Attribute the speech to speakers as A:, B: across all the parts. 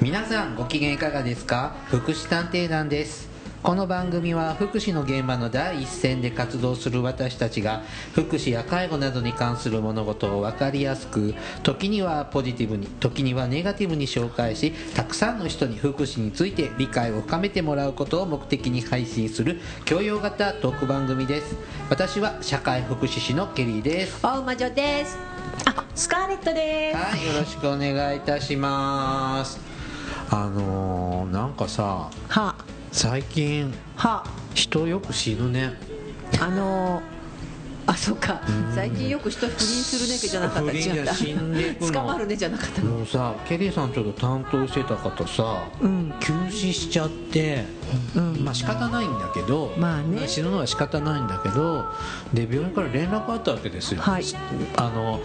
A: 皆さんご機嫌いかがですか福祉探偵団ですこの番組は福祉の現場の第一線で活動する私たちが福祉や介護などに関する物事を分かりやすく時にはポジティブに時にはネガティブに紹介したくさんの人に福祉について理解を深めてもらうことを目的に配信する教養型トーク番組です私は社会福祉士のケリーです
B: 大魔女ですあスカーレットです
A: はい、よろしくお願いいたします。あのー、なんかさ、
B: は
A: 最近
B: は
A: 人よく死ぬね。
B: あのー、あそうか最近よく人不倫するねけじゃなかっ
A: 不
B: た
A: 倫
B: 違った
A: 死んでいくの
B: 捕まるねじゃなかった
A: もうさ、ケリーさんちょっと担当してた方さ、
B: うん
A: 急死しちゃって、まあ仕方ないんだけど、
B: まあね
A: 死ぬのは仕方ないんだけど、で病院から連絡あったわけですよ。
B: はい
A: あの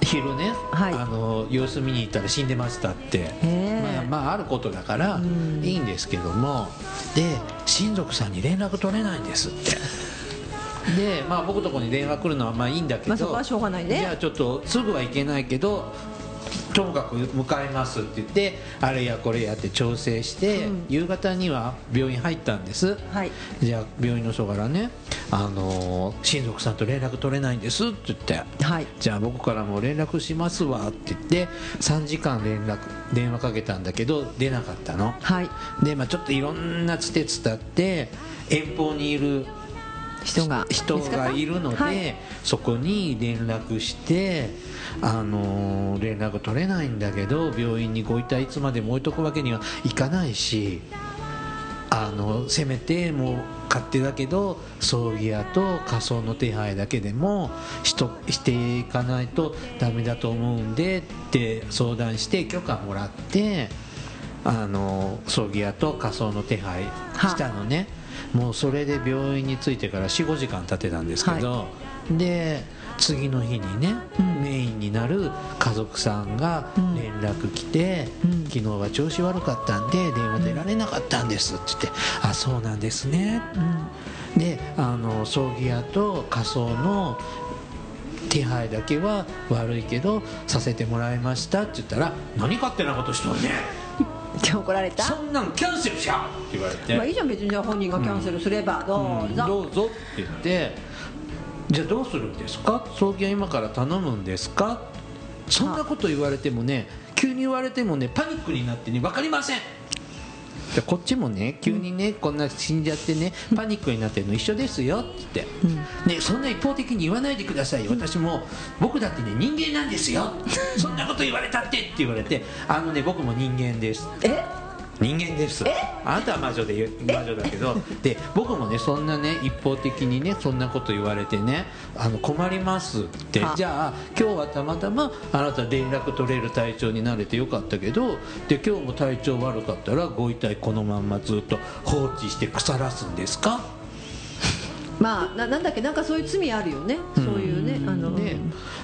A: 昼ね、
B: はい
A: あの様子見に行ったら死んでましたって。
B: え
A: まあ、まああることだからいいんですけどもで親族さんに連絡取れないんです ってで、まあ、僕とこに電話来るのはまあいいんだけど、
B: まあそこはしょうがないね
A: じゃあちょっとすぐは行けないけどともかく向かいますって言ってあれやこれやって調整して、
B: うん
A: 夕方には病院入ったんです、
B: はい
A: じゃあ病院の人からね、あのー親族さんと連絡取れないんですって言って。
B: はい
A: じゃあ僕からも連絡しますわって言って3時間連絡電話かけたんだけど出なかったの
B: はい
A: で、まあ、ちょっといろんなつてつたって遠方にいる
B: 人が
A: 人
B: 見つかっ
A: が
B: た
A: いるので、
B: はい
A: そこに連絡して、あのー連絡取れないんだけど病院にご遺体いつまでも置いとくわけにはいかないしあのせめてもう勝手だけど葬儀屋と火葬の手配だけでもしとしていかないとダメだと思うんでって相談して許可もらってあの葬儀屋と火葬の手配したのねもうそれで病院に着いてから45時間経ってたんですけど、で次の日にね、メインになる家族さんが
B: うん
A: 連絡来て、
B: うん
A: 昨日は調子悪かったんで電話出られなかったんですって言って、あそうなんですね
B: うん
A: であの葬儀屋と火葬の手配だけは悪いけどさせてもらいましたって言ったら何勝手なことしとんねん
B: じゃあ怒られた
A: そんなんキャンセルしゃって言われて、
B: まあいいじゃん別にじゃあ本人がキャンセルすればどうぞ、
A: どうぞって言ってじゃあどうするんですか葬儀は今から頼むんですかそんなこと言われてもね急に言われてもねパニックになってね分かりませんでこっちもね急にねこんな死んじゃってねパニックになってるの一緒ですよって言って、ね、そんな一方的に言わないでくださいよ私も僕だってね人間なんですよそんなこと言われたってって言われてあのね僕も人間です
B: え
A: 人間ですあなたは魔女で言う魔女だけどで僕もねそんなね一方的にねそんなこと言われてねあの困りますって
B: は
A: じゃあ今日はたまたまあなた連絡取れる体調になれてよかったけどで今日も体調悪かったらご遺体このまんまずっと放置して腐らすんですか
B: まあななんだっけなんかそういう罪あるよね、そういうねあの、
A: で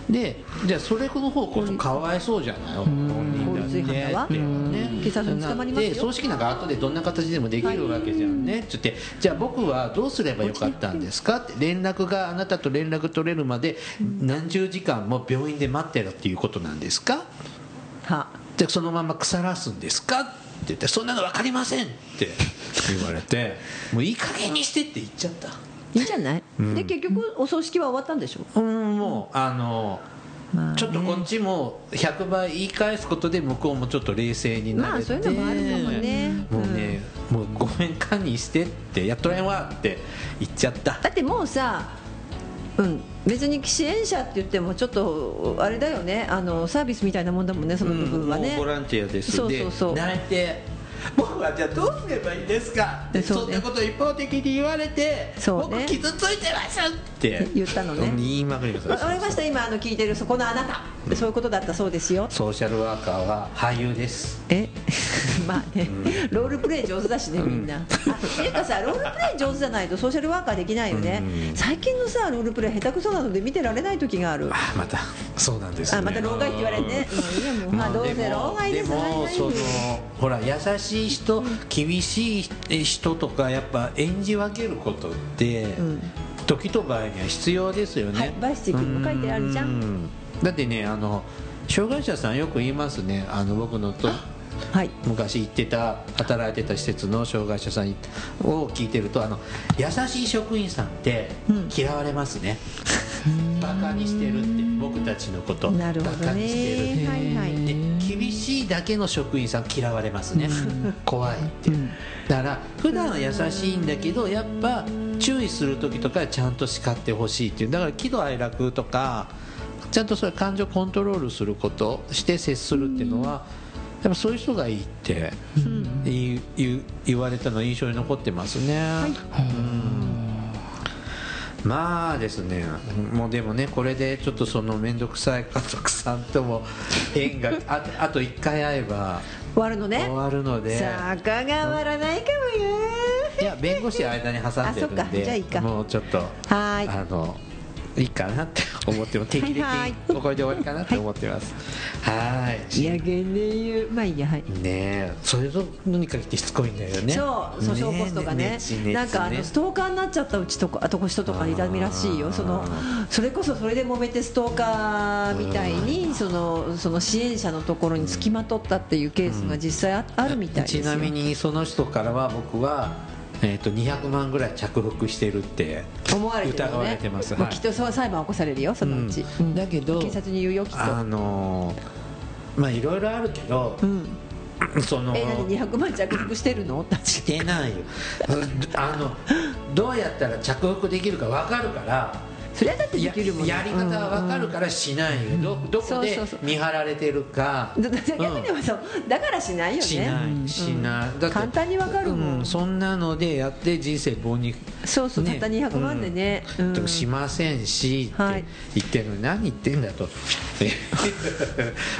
A: でじゃあそれの方こそかわいそうじゃない本人だって
B: 法律違反だわ
A: ってね
B: うん警察に捕まりますよ
A: で葬式なんか後でどんな形でもできるわけじゃんねつってじゃあ僕はどうすればよかったんですかって連絡があなたと連絡取れるまで何十時間も病院で待ってろっていうことなんですか
B: は
A: でそのまま腐らすんですかって言ってそんなの分かりませんって言われてもういい加減にしてって言っちゃった
B: いいじゃない、で結局お葬式は終わったんでしょ、
A: うんもうあの
B: まあね
A: ちょっとこっちも100倍言い返すことで向こうもちょっと冷静になれて
B: まあそういうのもあるかもね
A: もうね、もうごめん堪忍してってやっとれんわって言っちゃった
B: だってもうさ、うん、別に支援者って言ってもちょっとあれだよねあのサービスみたいなもんだもんねその部分はね、
A: もうボランティアです
B: そうそうそう
A: で泣いて僕はじゃあどうすればいいんですかで
B: そ
A: そ,、
B: うね
A: んなこと一方的に言われて、
B: そうね
A: 僕傷ついてますって
B: 言ったのね
A: 言いまくりまし
B: わかりました今あの聞いてるそこのあなた、そういうことだったそうですよ
A: ソーシャルワーカーは俳優です
B: え まあね、ロールプレイ上手だしねみんな、あっていうかさロールプレイ上手じゃないとソーシャルワーカーできないよね、最近のさロールプレイ下手くそなので見てられない時がある
A: あまたそうなんです
B: あ
A: ね
B: また老害って言われてね、うんいやもうまあどうせ老害
A: で
B: です
A: もそのほら優しい人厳しい人とかやっぱ演じ分けることって、
B: ん
A: 時と場合には必要ですよね、
B: はいバイスティックにも書いてあるじゃん
A: うだってねあの障害者さんよく言いますねあの僕のと
B: はい
A: 昔行ってた働いてた施設の障害者さんにを聞いてるとあの優しい職員さんって
B: うん
A: 嫌われますね、バカにしてるって僕たちのこと
B: なるほど
A: バカにしてる
B: ねはいは
A: で
B: い
A: 厳しいだけの職員さん嫌われますね、怖いっていう、だから普段は優しいんだけどやっぱ注意する時とかはちゃんと叱ってほしいっていうだから喜怒哀楽とかちゃんとそれ感情コントロールすることして接するっていうのはやっぱそういう人がいいって言,、言言われたの印象に残ってますね、まあですね、もうでもね、これでちょっとその面倒くさい家族さんとも縁が、ああと1回会えば
B: 終わるのね
A: 終わるので、
B: 坂が終わらないかもよ
A: いや、弁護士間に挟んでるん
B: あそっかじゃあい
A: で、
B: いか
A: もうちょっと、
B: はーい
A: あの、いいかなって思っても、定期的
B: はい
A: にこれで終わりかなって思ってます。はい。
B: いやげねゆまあいいやはい
A: ねえ、それぞれにかけてしつこいんだよね。
B: そう訴訟起こすとかねなんかあのス
A: ト
B: トーカーになっちゃったうちとかあとこ人とかいたみらしい
A: あー
B: よそのそれこそそれで揉めてストーカーみたいにそのその支援者のところにつきまとったっていうケースが実際あ,、あるみたいです
A: ち
B: よ
A: なみにその人からは僕は、えー、と200万ぐらい着服してるって
B: 思われてるよね
A: 疑われてます
B: もう
A: はい
B: きっとそう裁判起こされるよそのうち、
A: うんだけど
B: 警察に言うよきっと
A: あのーまあいろいろあるけど
B: う、ん
A: その
B: え何200万着服してるの
A: してない よあのどうやったら着服できるか分かるから
B: それはだってで
A: や
B: きるもん
A: やり方は分かるからしないよ、どどこで
B: そうそうそう
A: 見張られてるか
B: だだ逆にでもそう、だからしないよね
A: しないしない、だって
B: 簡単にわかるもん
A: うそんなのでやって人生棒に
B: そうそう、
A: ね
B: たった200万でね、うん
A: とかしませんしっ
B: は
A: て
B: い
A: 言ってるのに何言ってんだ と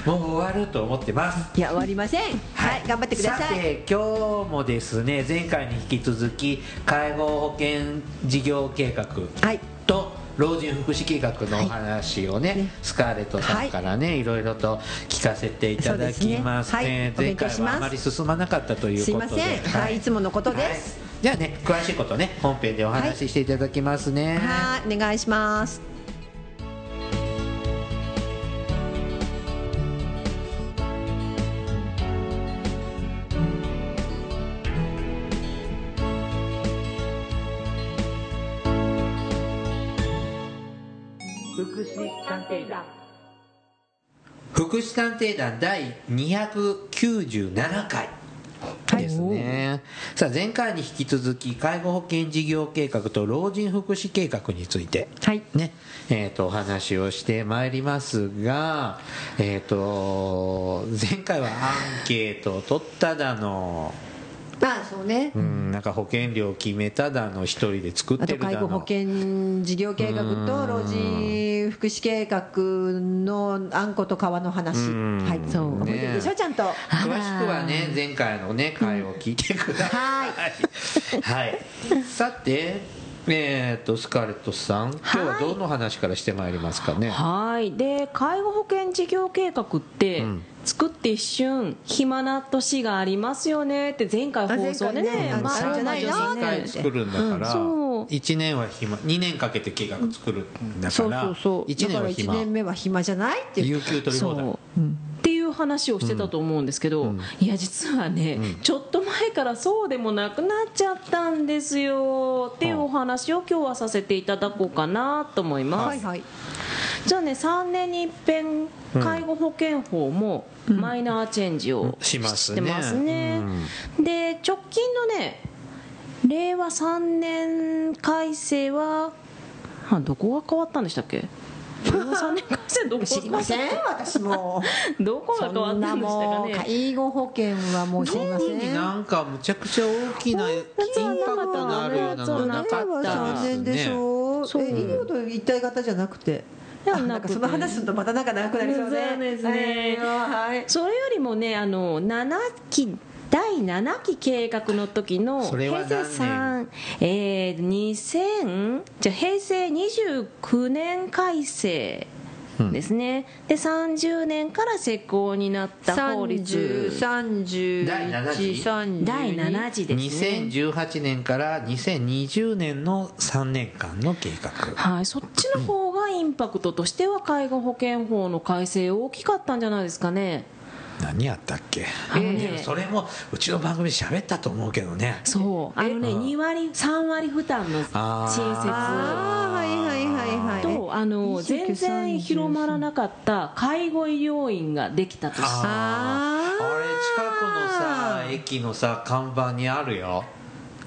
A: もう終わると思ってます
B: いや終わりませんはい、頑張ってくださ
A: さ
B: い
A: て今日もですね前回に引き続き介護保険事業計画
B: はい
A: と老人福祉計画のお話をね,、
B: いね
A: スカーレットさんからね、い、ろいろと聞かせていただきます,、
B: そうです
A: 前
B: ねはいお勉強
A: 回
B: します
A: はあまり進まなかったという
B: すい
A: こ
B: ま
A: と
B: せん
A: で
B: はい、い、つものことです
A: はいじゃあね詳しいことね本編でお話ししていただきますね、
B: はいお願いします
A: 福祉探偵団第297回ですね、さあ前回に引き続き介護保険事業計画と老人福祉計画について
B: はい
A: ねえー、とお話をしてまいりますが、えー、と前回はアンケートを取っただの、
B: まあそうね、
A: うん、なんか保険料を決めただの一人で作っ
B: あ
A: てるだ
B: と
A: の
B: 介護保険事業計画と老人福祉計画のあんこと川の話
A: うん
B: はいそう覚えてるでしょ、
A: ね
B: ちゃんと
A: 詳しくはね前回のね回を聞いてください、はい、さてえー、とスカーレットさん今日はどの話からしてまいりますかね、
C: はいで介護保険事業計画って、
A: うん
C: 作って一瞬暇な年がありますよねって前回放送でね
B: 前回ねあ
C: まあ
B: そ
C: あ
B: う
C: る
B: じゃない
C: 内
B: な
C: 容
A: 3
C: で
A: 回
C: す
A: 作
C: ね
A: るんだから、
C: そう
A: 1年は暇2年かけて計画作るんだ
B: そ
A: か
B: うそ
A: ら
B: うそう
A: 1年
B: だか
A: は
B: ら1
A: 暇
B: 年目は暇じゃないっていう
A: 有給取り放題
C: そう、っていう話をしてたと思うんですけど、いや実はね、ちょっと前からそうでもなくなっちゃったんですよっていうお話を今日はさせていただこうかなと思います、
B: はいはい
C: じゃあね3年に一遍介護保険法もマイナーチェンジを
A: しますね
C: てますね、で直近のね令和3年改正はあどこが変わったんでしたっけ令和3年改正どこが
B: 知りません私 も
C: どこが変わ
B: そ
C: っ
B: ん
C: た
B: なん
C: で
B: もう
C: したかね
B: 介護保険はもう知りませ
A: に
B: ん
A: なんかむちゃくちゃ大きな金額のあるようなのなか
B: 令和
A: った
B: 3
A: です
B: 年でし
A: ね
B: ょう、
C: そう
B: え医療と一体型じゃなくて
C: いや
B: あな
C: なんく
B: か
C: て
B: その話するとまたなんか長くなりそうね
C: そうですね
B: はいはい
C: それよりもねあの7期第7期計画の時の
A: それは何
C: 平成3、えー、2000じゃあ平成29年改正ですね、で30年から施行になった法律
B: 3031
A: 第七次
B: 32
C: 第7次ですね
A: 2018年から2020年の3年間の計画
C: はい、そっちの方がインパクトとしては介護保険法の改正大きかったんじゃないですかね
A: 何やったっけ、
C: あのね
A: えーそれもうちの番組で喋ったと思うけどね
C: そうあのね2割3割負担の
A: あー
C: 新
B: ああはいはいはいはい
C: 設とあの
B: 29
C: 全然広まらなかった介護医療院ができたとし
A: あーあれ近くのさ駅のさ看板にあるよ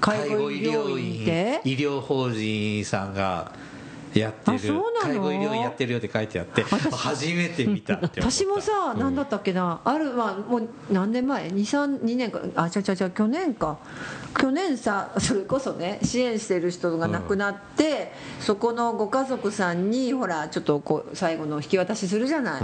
B: 介護医療院って
A: 医療法人さんがやってる
B: あそうなの
A: 介護医療院やってるよって書いてあって初めて見たって思った
B: 私もさ、何だったっけなあるはもう何年前232年かあちゃちゃちゃ去年か去年さそれこそね支援してる人が亡くなって、そこのご家族さんにほらちょっとこう最後の引き渡しするじゃない、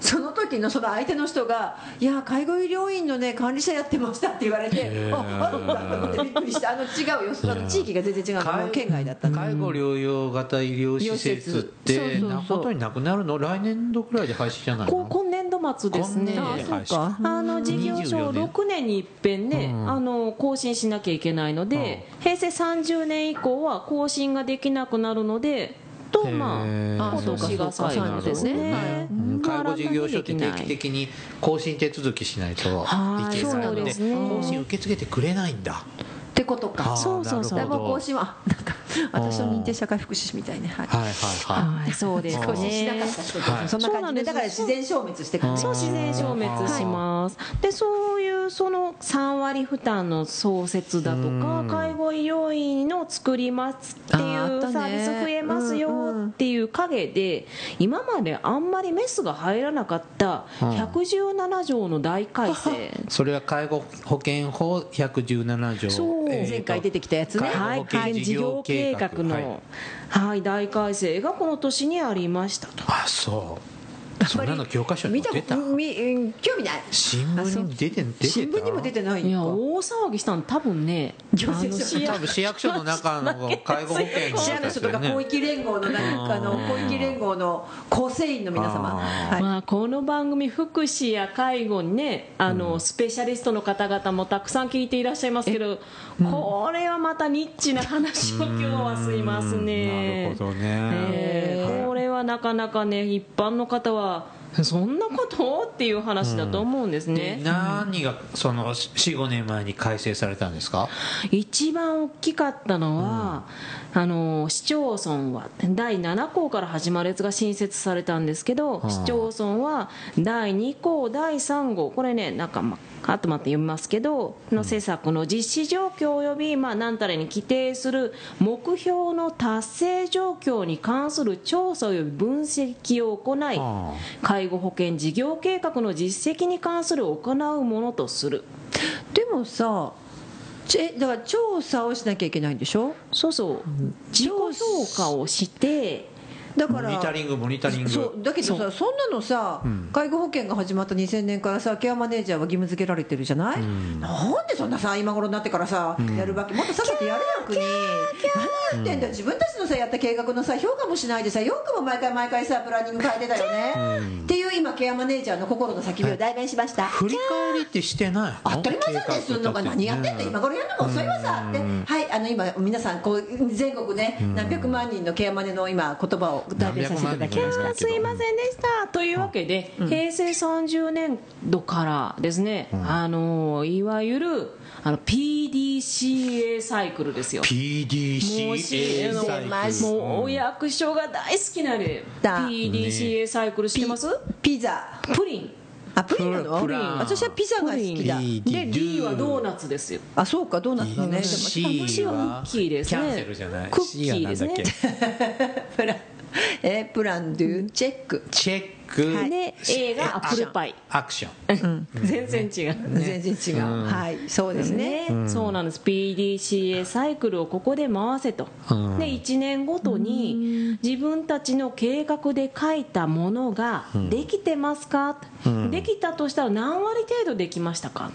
B: その時のその相手の人が「いや介護医療院のね管理者やってました」って言われて
A: へ
B: 「
A: ー
B: ああるんだ」と思ってびっくりしたあの違うよその地域が全然違うのあの県外だったの
A: 介護療養型医療施設って
B: そうそうそう
A: な本当になくなるの来年度くらいで廃止じゃない
C: こう
A: の
C: 今年度末ですね
A: 今年度
B: あそうか
C: あの事業所
A: 24年
C: 6年に一遍ね、
A: うん
C: あの更新しなきゃいけないので、平成30年以降は更新ができなくなるのでとまあ
A: へー
C: 今年が最後で
B: あ
C: す
B: そうかそうか
C: ね
B: なるほど
A: うん介護事業所って定期
C: 的
A: 的に更新手続きしないと
C: はい
A: いけないの
C: そう
A: で
C: ですね
A: 更新受け付けてくれないんだ
B: ってことか
A: あー
C: そうそうそう
A: なる
B: で
A: ほ
B: も
A: ど
B: 更新はあなんか私の認定社会福祉士みたいねはい
A: はいはいはい
C: はいそうです
B: 少ししなかった
C: ね
B: 人
A: はい
B: そんな
C: そうな
B: 感じ
C: ん
B: で
C: で
B: すだから自然消滅していく
A: うん
C: そう自然消滅します、でそういうその3割負担の創設だとか
A: うん
C: 介護医療院の作りますって
B: あ
C: い
B: ーあっ
C: う
B: たね
C: サービス増えます
B: うんう
C: よ
B: ん
C: っていう陰で今まであんまりメスが入らなかった
A: うん
C: 117条の大改正
A: それは介護保険法117条
C: そう
A: えーと
B: 前回出てきたやつ
A: 介
B: ね
A: 護
C: はい
A: 保険
C: 事
A: 事
C: 業
A: 業
C: 計
A: 計
C: 画
A: 画
C: の、はい、大改正がこの年にありましたと。
A: あそうそんなの教科書に
B: 見
A: も
B: た
A: 出た
B: みうん興味ない
A: 新聞に出て出てた
B: 新聞にも出てない
C: いや
B: のか
C: 大騒ぎしたの多分ね
B: 行政書
C: あの
A: 多分市役所の中の介護保険
B: 市役所とか広域連合の何かあの
A: うん
B: 広域連合の構成員の皆様
A: あ
B: はい
C: まあ、この番組福祉や介護にねあの、スペシャリストの方々もたくさん聞いていらっしゃいますけど、これはまたニッチな話を今日はすいますね
A: なるほどね
C: えーこれはなかなかね一般の方はそんなことっていう話だと思うんですね、
A: で何がその45年前に改正されたんですか
C: 一番大きかったのは、あの市町村は第7項から始まるやつが新設されたんですけど、
A: ん
C: 市町村は第2項第3号これねなんか、まあとまって読みますけどの政策の実施状況及び、まあ、何たらに規定する目標の達成状況に関する調査及び分析を行い、
A: あ
C: 介護保険事業計画の実績に関する行うものとする。
B: でもさちえだから調査をしなきゃいけないんでしょ
C: そうそう自己評価をして
B: だ
A: モ
B: か
A: ニタ
B: ら
A: リングモニタリン
B: そう
A: グ
B: だけどさそんなのさ、
A: うん
B: 介護保険が始まった2000年からさケアマネージャーは義務付けられてるじゃない、
A: ん
B: なんでそんなさ今頃になってからさ、やるわけもっと下げてやるよ国何やってんだよ自分たちのさやった計画のさ評価もしないでさ評価も毎回毎回さプランニング変えてたよね、っていう今ケアマネージャーの心の叫びを代弁しました、
A: 振り返りってしてないの
B: 当たり前じゃないするのが何やってんだ今頃やるのが遅いわさってはいあの今皆さんこう全国ね何百万人のケアマネの今言葉を代弁させていただきま
A: 何百万
B: し
A: 人のだけ
B: た
A: ど
C: あすいませんでしたというわけで、平成30年度からですね、あのいわゆるあの PDCA サイクルですよ
A: PDCA
C: もう
A: サイクル
C: もうお役所が大好きなね
B: だ
C: PDCA サイクル知ってます、
B: ピザ
C: プリン
B: あプリンなの
A: プリン
B: 私はピザが好きだ
A: プリン
C: で D はドーナツですよ
B: あそうかどうなったのね
A: C は
C: クッキーですね
A: キャンセルじゃない
C: クッキーですね
A: C はなんだっけ
B: プラン えープランドゥチェック
A: チェック
C: で A がアップルパイ
A: アクション
C: 全然違う
B: 全然違うはいそうですね
C: ねそうなんです PDCA サイクルをここで回せと、
A: うん
C: で1年ごとに自分たちの計画で書いたものができてますか、できたとしたら何割程度できましたか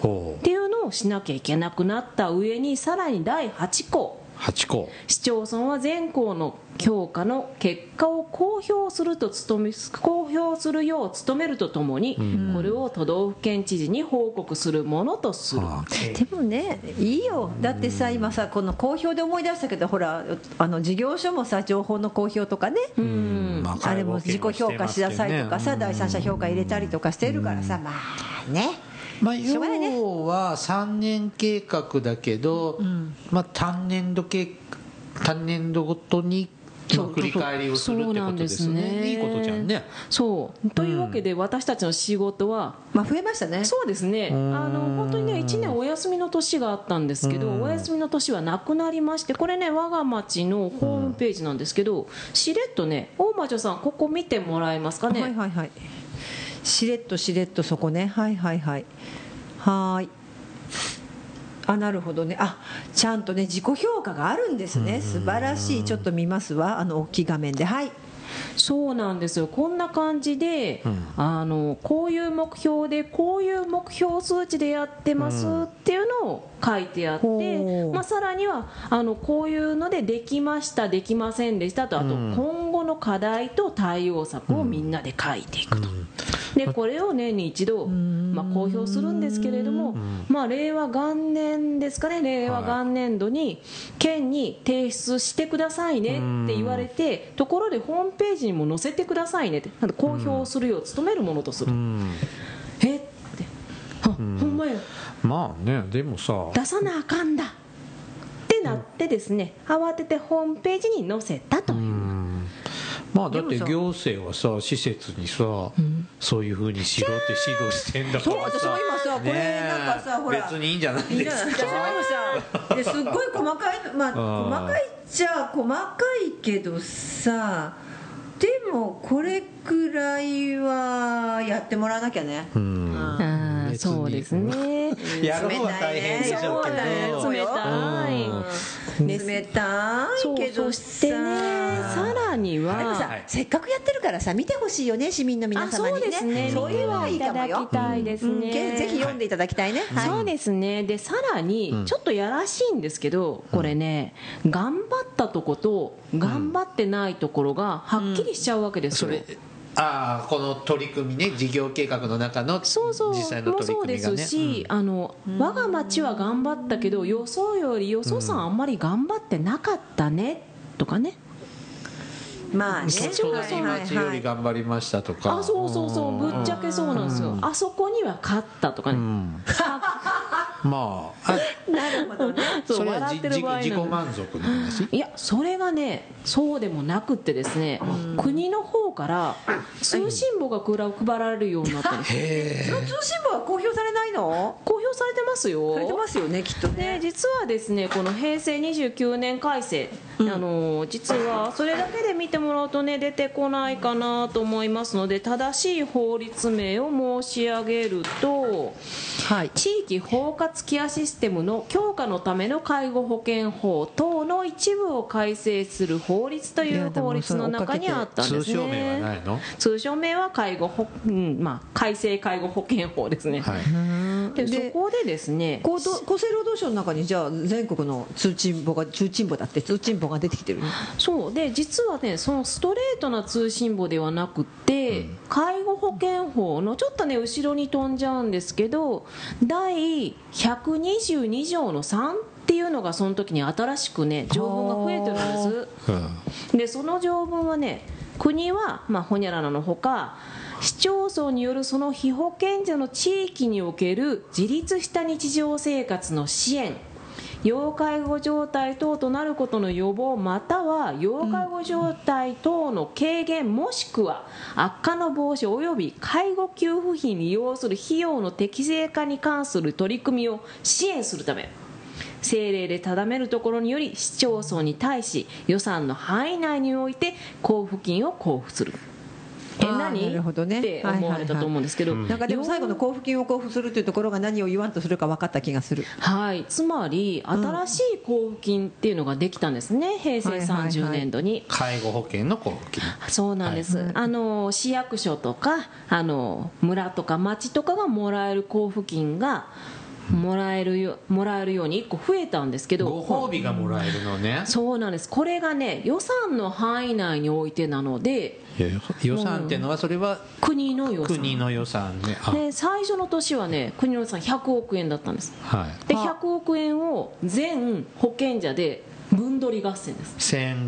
A: ほ
C: っていうのをしなきゃいけなくなった上にさらに第8項
A: う8校
C: 市町村は全校の評価の結果を公表すると努め公表するよう努めるとともに、これを都道府県知事に報告するものとする。
A: あー
B: でもねいいよだってさ今さこの公表で思い出したけどほらあの事業所もさ情報の公表とかね、
A: うんま
B: あれも自己評価しなさいとかさ、
A: うん
B: 第三者評価入れたりとかしてるからさ、まあね
A: まあ、
B: しょうがないね
A: 要は3年計画だけど、まあ、単年度計単年度ごとに
C: そう
A: 振り返りをするってことですよ
C: そうなんです
A: ね
C: ね
A: いいことじゃんね
C: そうというわけで私たちの仕事は、
B: まあ増えましたね
C: そうですねあ
A: ん
C: の本当にね1年お休みの年があったんですけどお休みの年はなくなりましてこれね我が町のホームページなんですけどしれっとね大魔女さんここ見てもらえますかね、
B: はいはいはいしれっとしれっとそこねはいはいはいはーいあなるほどねあちゃんとね自己評価があるんですね素晴らしいちょっと見ますわあの大きい画面ではい
C: そうなんですよこんな感じで、あのこういう目標でこういう目標数値でやってますっていうのを書いてあって、
B: ほう
C: まあ、さらにはあのこういうのでできましたできませんでしたとあと、今後の課題と対応策をみんなで書いていくと。でこれを年に一度、まあ、公表するんですけれども、まあ、令和元年ですかね令和元年度に県に提出してくださいねって言われてところでホームページにも載せてくださいねってなんか公表するよう努めるものとする、
A: うん
C: えってあ、ほんまや
A: まあねでもさ
C: 出さなあかんだってなってですね慌ててホームページに載せたという、
A: うんまあだって
B: でもさ
A: 行政はさ施設にさ、そういうふうにしろって指導してんだか
B: そう
A: らさ
B: 私も今さこ
A: ね
B: れ
A: え
B: なんかさほら
A: 別にいいんじゃない
B: い
A: で
B: や
A: す
B: 私も
A: か
B: さですっごい細かいのま
A: うん
B: あ細かいっちゃ細かいけどさでもこれくらいはやってもらわなきゃね、
A: うん
C: あ
A: 別
C: ー
A: に
C: そうですね
A: やる方は大変でしょうけ
B: 冷たいね
A: ど
B: そうだよ
C: 冷たい、
A: うん
B: 冷た
C: そ
B: いうけど
C: そしてねさ
B: さ
C: らには
B: でもさ、
A: はい
B: せっかくやってるからさ見てほしいよね市民の皆様にね
C: あそうですね
B: そういうのはいいかも
C: いただ
B: よ
C: き、たいですね、
B: けぜひ読んでいただきたいね、はい
C: そうですねでさら
A: う
C: に
A: ん
C: ちょっとやらしいんですけど、これね頑張ったとこと頑張ってないところがはっきりしちゃうわけです
A: そ
C: よ、
A: れああこの取り組みね事業計画の中の
C: そうそう
A: 実際の
C: も
A: 取り
C: そう
A: 組
C: で
A: みが
C: す
A: ね
C: し、あの我が町は頑張ったけど予想より予想さんあんまり頑張ってなかったねとかね、
B: まあ
A: うん
B: ね
A: そ隣町より頑張りましたとか
C: あそうそうそうぶっちゃけそうなんですよ、あそこには勝ったとかね、
A: うんまああ
B: なるほどね
C: そう
A: それは
C: 笑
A: じ
C: って
A: じ
C: る
A: 自己
C: 場合なんで
A: 満足の話
C: いやそれがねそうでもなくってですね国の方から通信簿が配られるようになったんです
A: へ
B: その通信簿は公表されないの
C: 公表されてますよ
B: されてますよねきっとね
C: で実はですねこの平成29年改正、あの実はそれだけで見てもらうとね出てこないかなと思いますので正しい法律名を申し上げると
B: はい
C: 地域包括ケアシステムの強化のための介護保険法等の一部を改正する法律と
B: い
C: いう
B: やでも
C: 法律の中に
B: それ
C: あ
B: 追っかけて
C: ったんですね
A: 通称名はないの
C: 通称名は介護保、うんまあ、改正介護保険法ですね、
A: はい
C: で
B: で
C: そこでですね
B: 厚生労働省の中にじゃあ全国の通信簿が通信簿だって通信簿が出てきてるね
C: そうで実はねそのストレートな通信簿ではなくて、介護保険法のちょっとね後ろに飛んじゃうんですけど第122条の3っていうのがその時に新しくね条文が増えてるんです。
A: うん
C: でその条文はね国は、まあ、ほにゃららのほか市町村によるその被保健所の地域における自立した日常生活の支援要介護状態等となることの予防または要介護状態等の軽減もしくは悪化の防止及び介護給付費に要する費用の適正化に関する取り組みを支援するため政令で定めるところにより市町村に対し予算の範囲内において交付金を交付する。え
B: あー
C: 何
B: なるほどね
C: って思われたと思うんですけど、
B: なんかでも最後の交付金を交付するというところが何を言わんとするか分かった気がする
C: はい、つまり新しい交付金っていうのができたんですね、平成30年度に。
A: 介護保険の交付金
C: そうなんです、あの市役所とかあの村とか町とかがもらえる交付金がもらえるよもらえるように1個増えたんですけど
A: ご褒美がもらえるのね
C: そうなんですこれがね予算の範囲内においてなので
A: いや予算っていうのはそれは
C: 国の予算
A: 国の予算ねあ
C: で最初の年はね国の予算100億円だったんです
A: はい
C: で
B: あ
C: 100億円を全保険者で分取り合戦です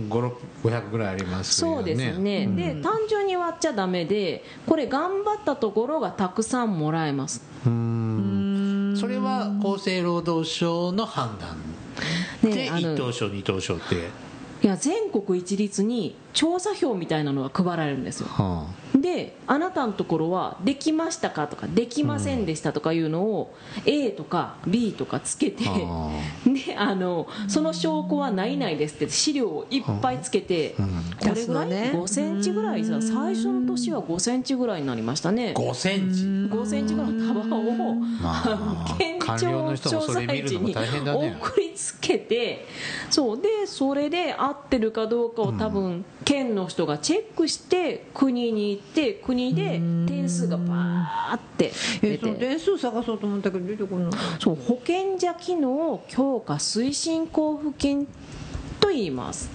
A: 1500ぐらいありますよね
C: そうですね、
A: うん
C: で単純に割っちゃダメでこれ頑張ったところがたくさんもらえます
A: うーんそれは厚生労働省の判断で
C: ねあ
A: 1
C: の
A: 等賞2等賞って、
C: いや全国一律に調査票みたいなのが配られるんですよ
A: は
C: であなたのところはできましたかとかできませんでしたとかいうのを A とか B とかつけて
A: ああ
C: であのその証拠はないないですって資料をいっぱいつけて
B: うん
C: これぐらい
B: 出すのね
C: 5センチぐらいさ最初の年は5センチぐらいになりましたね
A: 5センチ
C: 5センチぐらいの束を
A: まあ
C: あ の県
A: 官僚の人
C: 庁
A: も
C: 調
A: そ
C: 査
A: れ見
C: 会
A: る
C: 地
A: のも
C: に
A: 大変だね
C: 送りつけてそうでそれで合ってるかどうかを多分県の人がチェックして国に行って国で点数がバーって
B: え
C: 出
B: その
C: て。
B: 点数探そうと思ったけど出てこない
C: そう保険者機能強化推進交付金と言います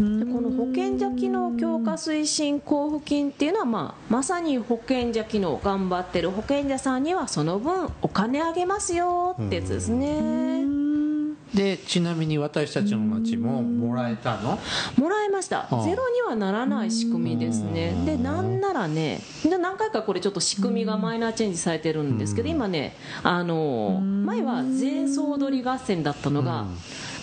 C: でこの保険者機能強化推進交付金っていうのは、まあ、まさに保険者機能頑張ってる保険者さんにはその分お金あげますよってやつですね
A: でちなみに私たちの町ももらえたの
C: もらいました
A: あ
C: ゼロにはならない仕組みですねでなんならねで何回かこれちょっと仕組みがマイナーチェンジされてるんですけど今ねあの前は前総取り合戦だったのが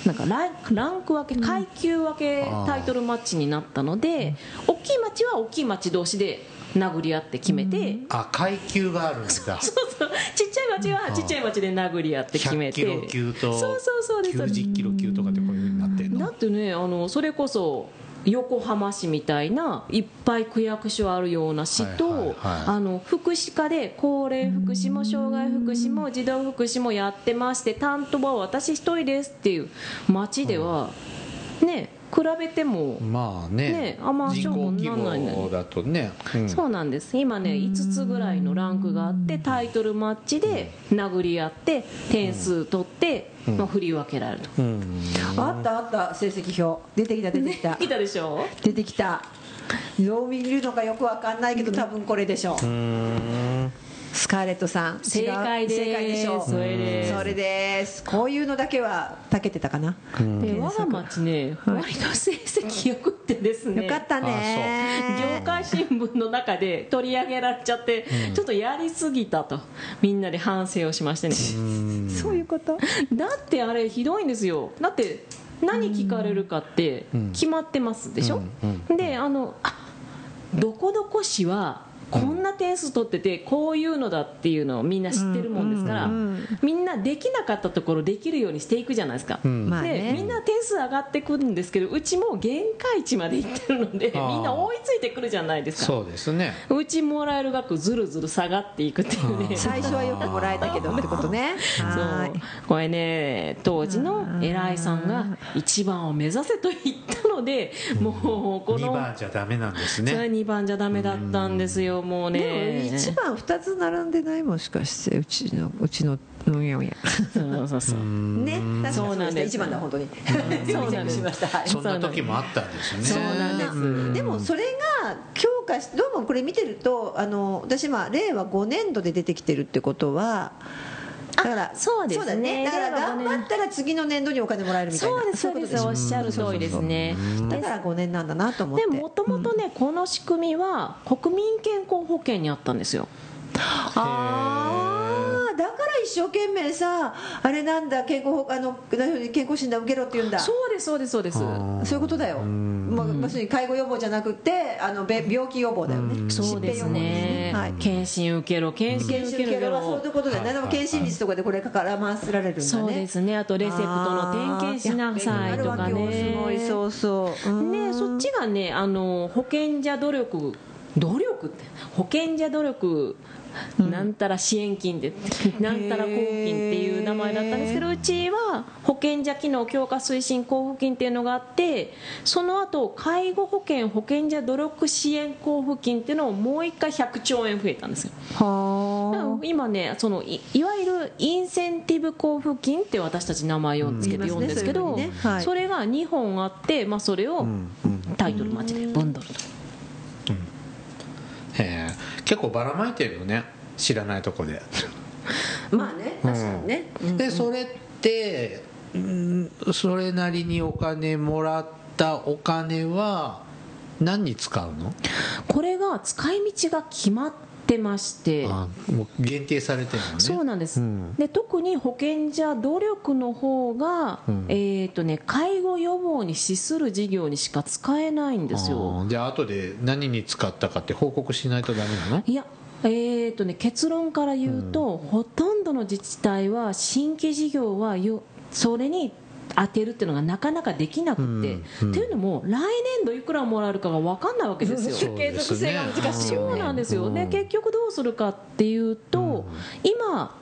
C: なんかランランク分け階級分けタイトルマッチになったので大きい町は大きい町同士で殴り合って決めて
A: あ階級があるんだ
C: そうそうちっちゃい町はちっちゃい町で殴り合って決め
A: 100
C: て
A: キロ級と
C: そうそうそうです
A: 90キロ級とかってこういうふうになってる
C: だ
A: の
C: ってねあのそれこそ横浜市みたいないっぱい区役所あるような市と、
A: はいはいはい
C: あの福祉課で高齢福祉も障害福祉も児童福祉もやってまして担当は私一人ですっていう町では、ね比べても、
A: まあね
C: ねあんま
A: 人
C: 賞
A: 口
C: も
A: 規
C: なんないのに
A: 模だとね、うん
C: そうなんです今ね5つぐらいのランクがあってタイトルマッチで殴り合って点数取って、まあ、振り分けられると。
A: うん
B: あったあった成績表出てきた出てきた
C: 来たでしょ
B: 出てきたどう見るのかよくわかんないけど多分これでしょうスカーレットさん
C: 正解
B: 違う
C: です
B: 正解でしょう
C: それです
B: それですこういうのだけはたけてたかな、
C: で我が町ね、割と成績よくってですね
B: よかったね
C: 業界新聞の中で取り上げられちゃって、ちょっとやりすぎたとみんなで反省をしましてね
B: そういうこと
C: だってあれひどいんですよだって何聞かれるかって決まってますでしょ、であのあどこどこ市はこんな点数取っててこういうのだっていうのをみんな知ってるもんですから、みんなできなかったところできるようにしていくじゃないですか、
B: まあ
C: でみん
B: ね
C: な点数上がってくるんですけどうちも限界値までいってるので
A: あー
C: みんな追いついてくるじゃないですか
A: そうですね
C: うちもらえる額ずるずる下がっていくっていうねそう
B: 最初はよくもらえたけどってことねはーい
C: これね当時の偉いさんが一番を目指せと言ったのでもうこ
A: 2
C: の
A: 番じゃダメなんです
C: それ
A: ね
C: 2番じゃダメだったんですよもう
B: でも
C: ね
B: 1番2つ並んでないもしかしてうちのうちのうんやんや
C: そうそうそう
B: ね確かに
C: そうなんです
B: 一番だ本当に
C: そうなん です
B: 失礼しましたはい
A: そんな時もあったんですね
C: そうなんです
B: でもそれが強化しどうもこれ見てるとあの私今令和5年度で出てきてるってことはだから
C: そうですね
B: だだから
C: 令和
B: 頑
C: 五年
B: 張ったら次の年度にお金もらえるみたいな
C: そうですそう
B: いこ
C: で
B: とし
C: す
B: ょ
C: おっしゃる通りですね
B: だから5年なんだなと思って
C: でもともとね、この仕組みは国民健康保険にあったんですよ
B: ああだから一生懸命さあれなんだ健康保あの健康診断受けろって言うんだ
C: そうですそうですそうです
A: あ
B: そういうことだよ、まあ、要するに介護予防じゃなくてあのべ病気予防だよね、
C: そうで
B: 疾病
C: す
B: 予防
C: ね、
B: はい、
C: 検診受けろ検診
B: 検
C: 受
B: 診
C: け
B: 受
C: ろ
B: ければそういうことだよ
A: は
B: ね
A: い
B: でも検診率とかでこれから回せられるんだね
C: そうですねあとレセプトの点検しなさいとか
B: あーやっぱりあるわけよすごい
C: ね
B: そうそううん
C: ねそっちがねあの保険者努力努力って保険じゃ努力なんたら支 援金で、なんたら交付金っていう名前だったんですけどうちは保険者機能強化推進交付金っていうのがあってその後介護保険保険者努力支援交付金っていうのをもう1回100兆円増えたんですよだから
B: は
C: 今ねそのいいわゆるインセンティブ交付金って私たち名前をつけて呼んですけど、
B: うん言いますねそういうのにねはい
C: それが2本あって、まあ、それを
A: うんうん
C: タイトルマッチでバンドルと
A: へえ結構ばらまいてるよね知らないとこで
B: あまあね確かにね、
A: でそれって、うん、それなりにお金もらったお金は何に使うの
C: これが使い道が決まってまして
A: あもう限定されてるのね
C: そうなんです、
A: うん
C: で特に保険者努力の方が、
A: うん
C: えっ、とね介護予防に資する事業にしか使えないんですよ
A: あーじゃあ後で何に使ったかって報告しないとダメなの
C: いやえーとね、結論から言うと、ほとんどの自治体は新規事業はよそれに当てるっていうのがなかなかできなくて、
A: うんうん
C: っていうのも来年度いくらもらえるかが分かんないわけです よ。
A: そう
B: 継続性が難しいよね
C: そうなんですよ、
A: う
C: ね
A: ん
C: 結局どうするかっていうと、今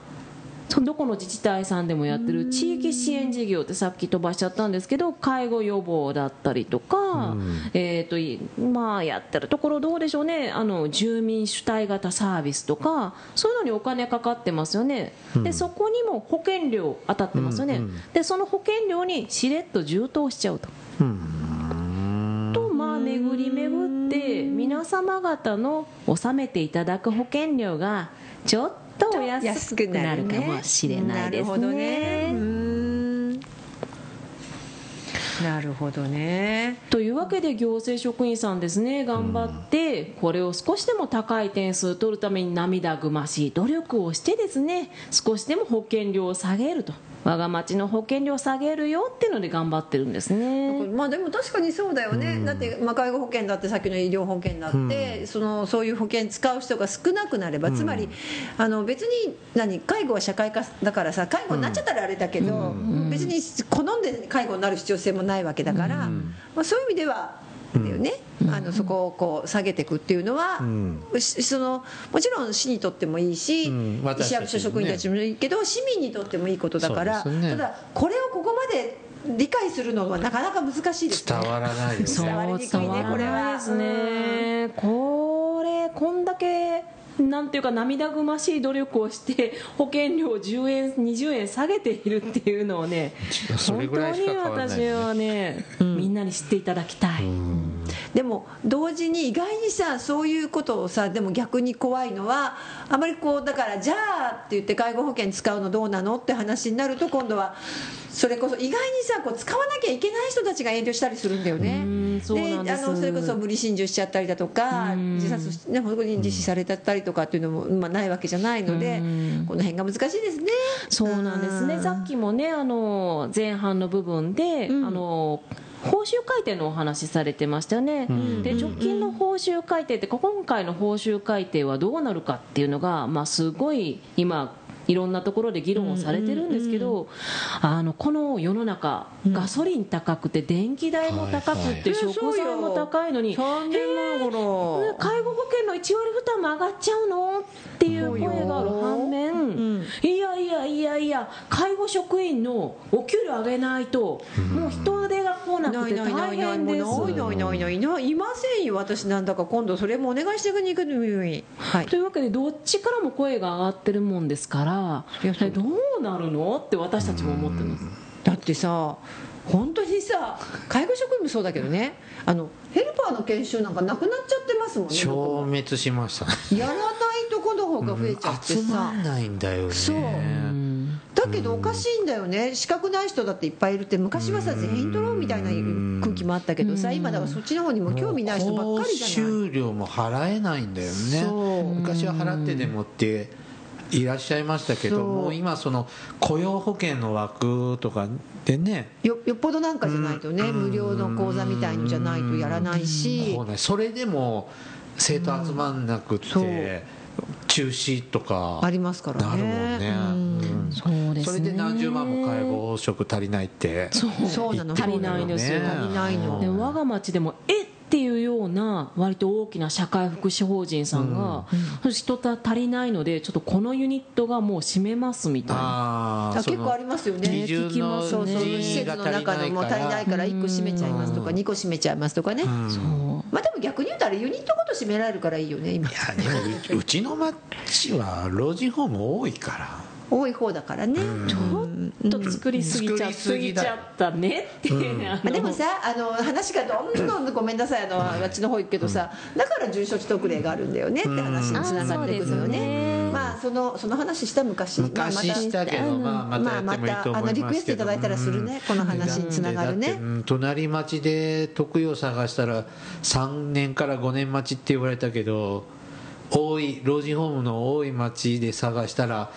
C: そのどこの自治体さんでもやってる地域支援事業ってさっき飛ばしちゃったんですけど介護予防だったりとか、
A: うん
C: えーといまあ、やってるところどうでしょうねあの住民主体型サービスとかそういうのにお金かかってますよね、でそこにも保険料当たってますよね、
A: うんうん
C: でその保険料にしれっと充当しちゃうと。
A: うん
C: とまあ巡り巡って皆様方の納めていただく保険料がちょっとお安くなるかもしれないです
B: なるほ
C: ね。
B: どねうーんなるほどね
C: というわけで行政職員さんですね頑張ってこれを少しでも高い点数取るために涙ぐましい努力をしてですね少しでも保険料を下げると我が町の保険料を下げるよっていうので頑張ってるんですね。
B: まあでも確かにそうだよね、だって、まあ、介護保険だってさっきの医療保険だって、そのそういう保険使う人が少なくなれば、つまりあの別に何介護は社会化だからさ介護になっちゃったらあれだけど、別に好んで介護になる必要性もないわけだから、まあ、そういう意味では。だよねあのそこをこう下げていくっていうのは、
A: ん
B: しそのもちろん市にとってもいいし、
A: うん私
B: 市
A: たちもね
B: 役所職員たちもいいけど市民にとってもいいことだから、
A: そうですね
B: ただこれをここまで理解するのはなかなか難しいですね
A: 伝わらないよね
C: そう
B: 伝わりにくいね
C: 伝わら
B: これは
C: ですねこれこんだけなんていうか涙ぐましい努力をして保険料を10円20円下げているっていうのをね
A: それ
C: 本
A: ぐら
C: 当
A: いし
C: に
A: か変わらないよね
C: 私はね、みんなに知っていただきたい、
B: でも同時に意外にさそういうことをさでも逆に怖いのはあまりこうだからじゃあって言って介護保険使うのどうなのって話になると今度はそれこそ意外にさこう使わなきゃいけない人たちが遠慮したりするんだよね。
C: うんそうなんです
B: あのそれこそ無理心中しちゃったりだとか自殺し、ね、本当に自死されちゃったりとかっていうのも、まあ、ないわけじゃないのでこの辺が難しいですね。
C: そうなんですね、
B: うん
C: さっきもねあの前半の部分で、あの報酬改定のお話されてましたよね、で直近の報酬改定って今回の報酬改定はどうなるかっていうのが、まあ、すごい今いろんなところで議論をされてるんですけど、あのこの世の中、ガソリン高くて電気代も高くて、
B: はいはい
C: 食材も高いのに、
B: 3年前頃
C: ね介護保険の1割負担も上がっちゃうのっていう声がある反面、いやいやいやいや介護職員のお給料上げないと、もう人手が来な
B: な
C: く
B: い
C: て
B: ないな
C: 大
B: いない
C: 変
B: もう
C: です
B: ないないないないないいませんよ私なんだか今度それもお願いしてくに行くのにはい
C: というわけでどっちからも声が上がってるもんですから
B: いやそう
C: えどうなるのって私たちも思ってます
B: だってさ本当にさ介護職員もそうだけどねあのヘルパーの研修なんかなくなっちゃってますもんねどこ
A: 消滅しましたね
B: もやらないとこの方が増えちゃって
A: 集ま
B: さ、
A: んないんだよね
B: そうだけどおかしいんだよね資格ない人だっていっぱいいるって昔はさ全員取ろうみたいな空気もあったけどさ今だからそっちの方にも興味ない人ばっかりじゃない
A: もう報酬料も払えないんだよ
B: そ
A: ね
B: う
A: 昔は払ってでもっていらっしゃいましたけど
B: そう
A: もう今その雇用保険の枠とかでね
B: よよっぽどなんかじゃないとね、無料の講座みたいのじゃないとやらないし
A: こう、ねそれでも生徒集まんなく
B: そう
A: て中止とか
B: ありますから
A: な
B: ね
A: るもんね
B: うん
C: そう
A: それで何十万も介護職足りないって
C: そう
B: そうなの
A: 言って
C: 足りないですよ
A: ね
B: 足りないの
C: で我が町でもえっっていうような割と大きな社会福祉法人さんが、人た足りないのでちょっとこのユニットがもう閉めますみたいな。
A: あ
B: あ
A: ーそ
B: 結
A: の
B: 構ありますよね
A: 基準の
C: 聞きます
B: そうそう
C: ね
B: 施
A: 人員
B: 設
A: が
B: の中のもう足りない
A: か
B: から1個閉めちゃいますとか
A: うん
B: 2個閉めちゃいますとかね、
A: うん
C: そう
B: まあでも逆に言うとあれユニットごと閉められるからいいよね今
A: いやでもうちうちの町は老人ホーム多いから
B: 多い方だからね、
C: ちょっと作りすぎちゃ,、
A: うん作りすぎだ
C: ちゃったねって、あ
B: まあ、
C: の
B: でもさあの話がどんどんごめんなさいあのあっちの方行くけどさだから住所取得例があるんだよねって話につながっていくのよ
C: うんあそうです
B: ねまあそのその話した昔
A: 昔したけど、まあ、またやってもいいと思
B: まあまたあの
A: い
B: リ
A: ま
B: クエ
A: す
B: スト
A: け
B: い
A: ど
B: ただいたらするね、この話につながる
A: だって
B: ね
A: うん隣町で特養探したら3年から5年待ちって言われたけど多い老人ホームの多い町で探したら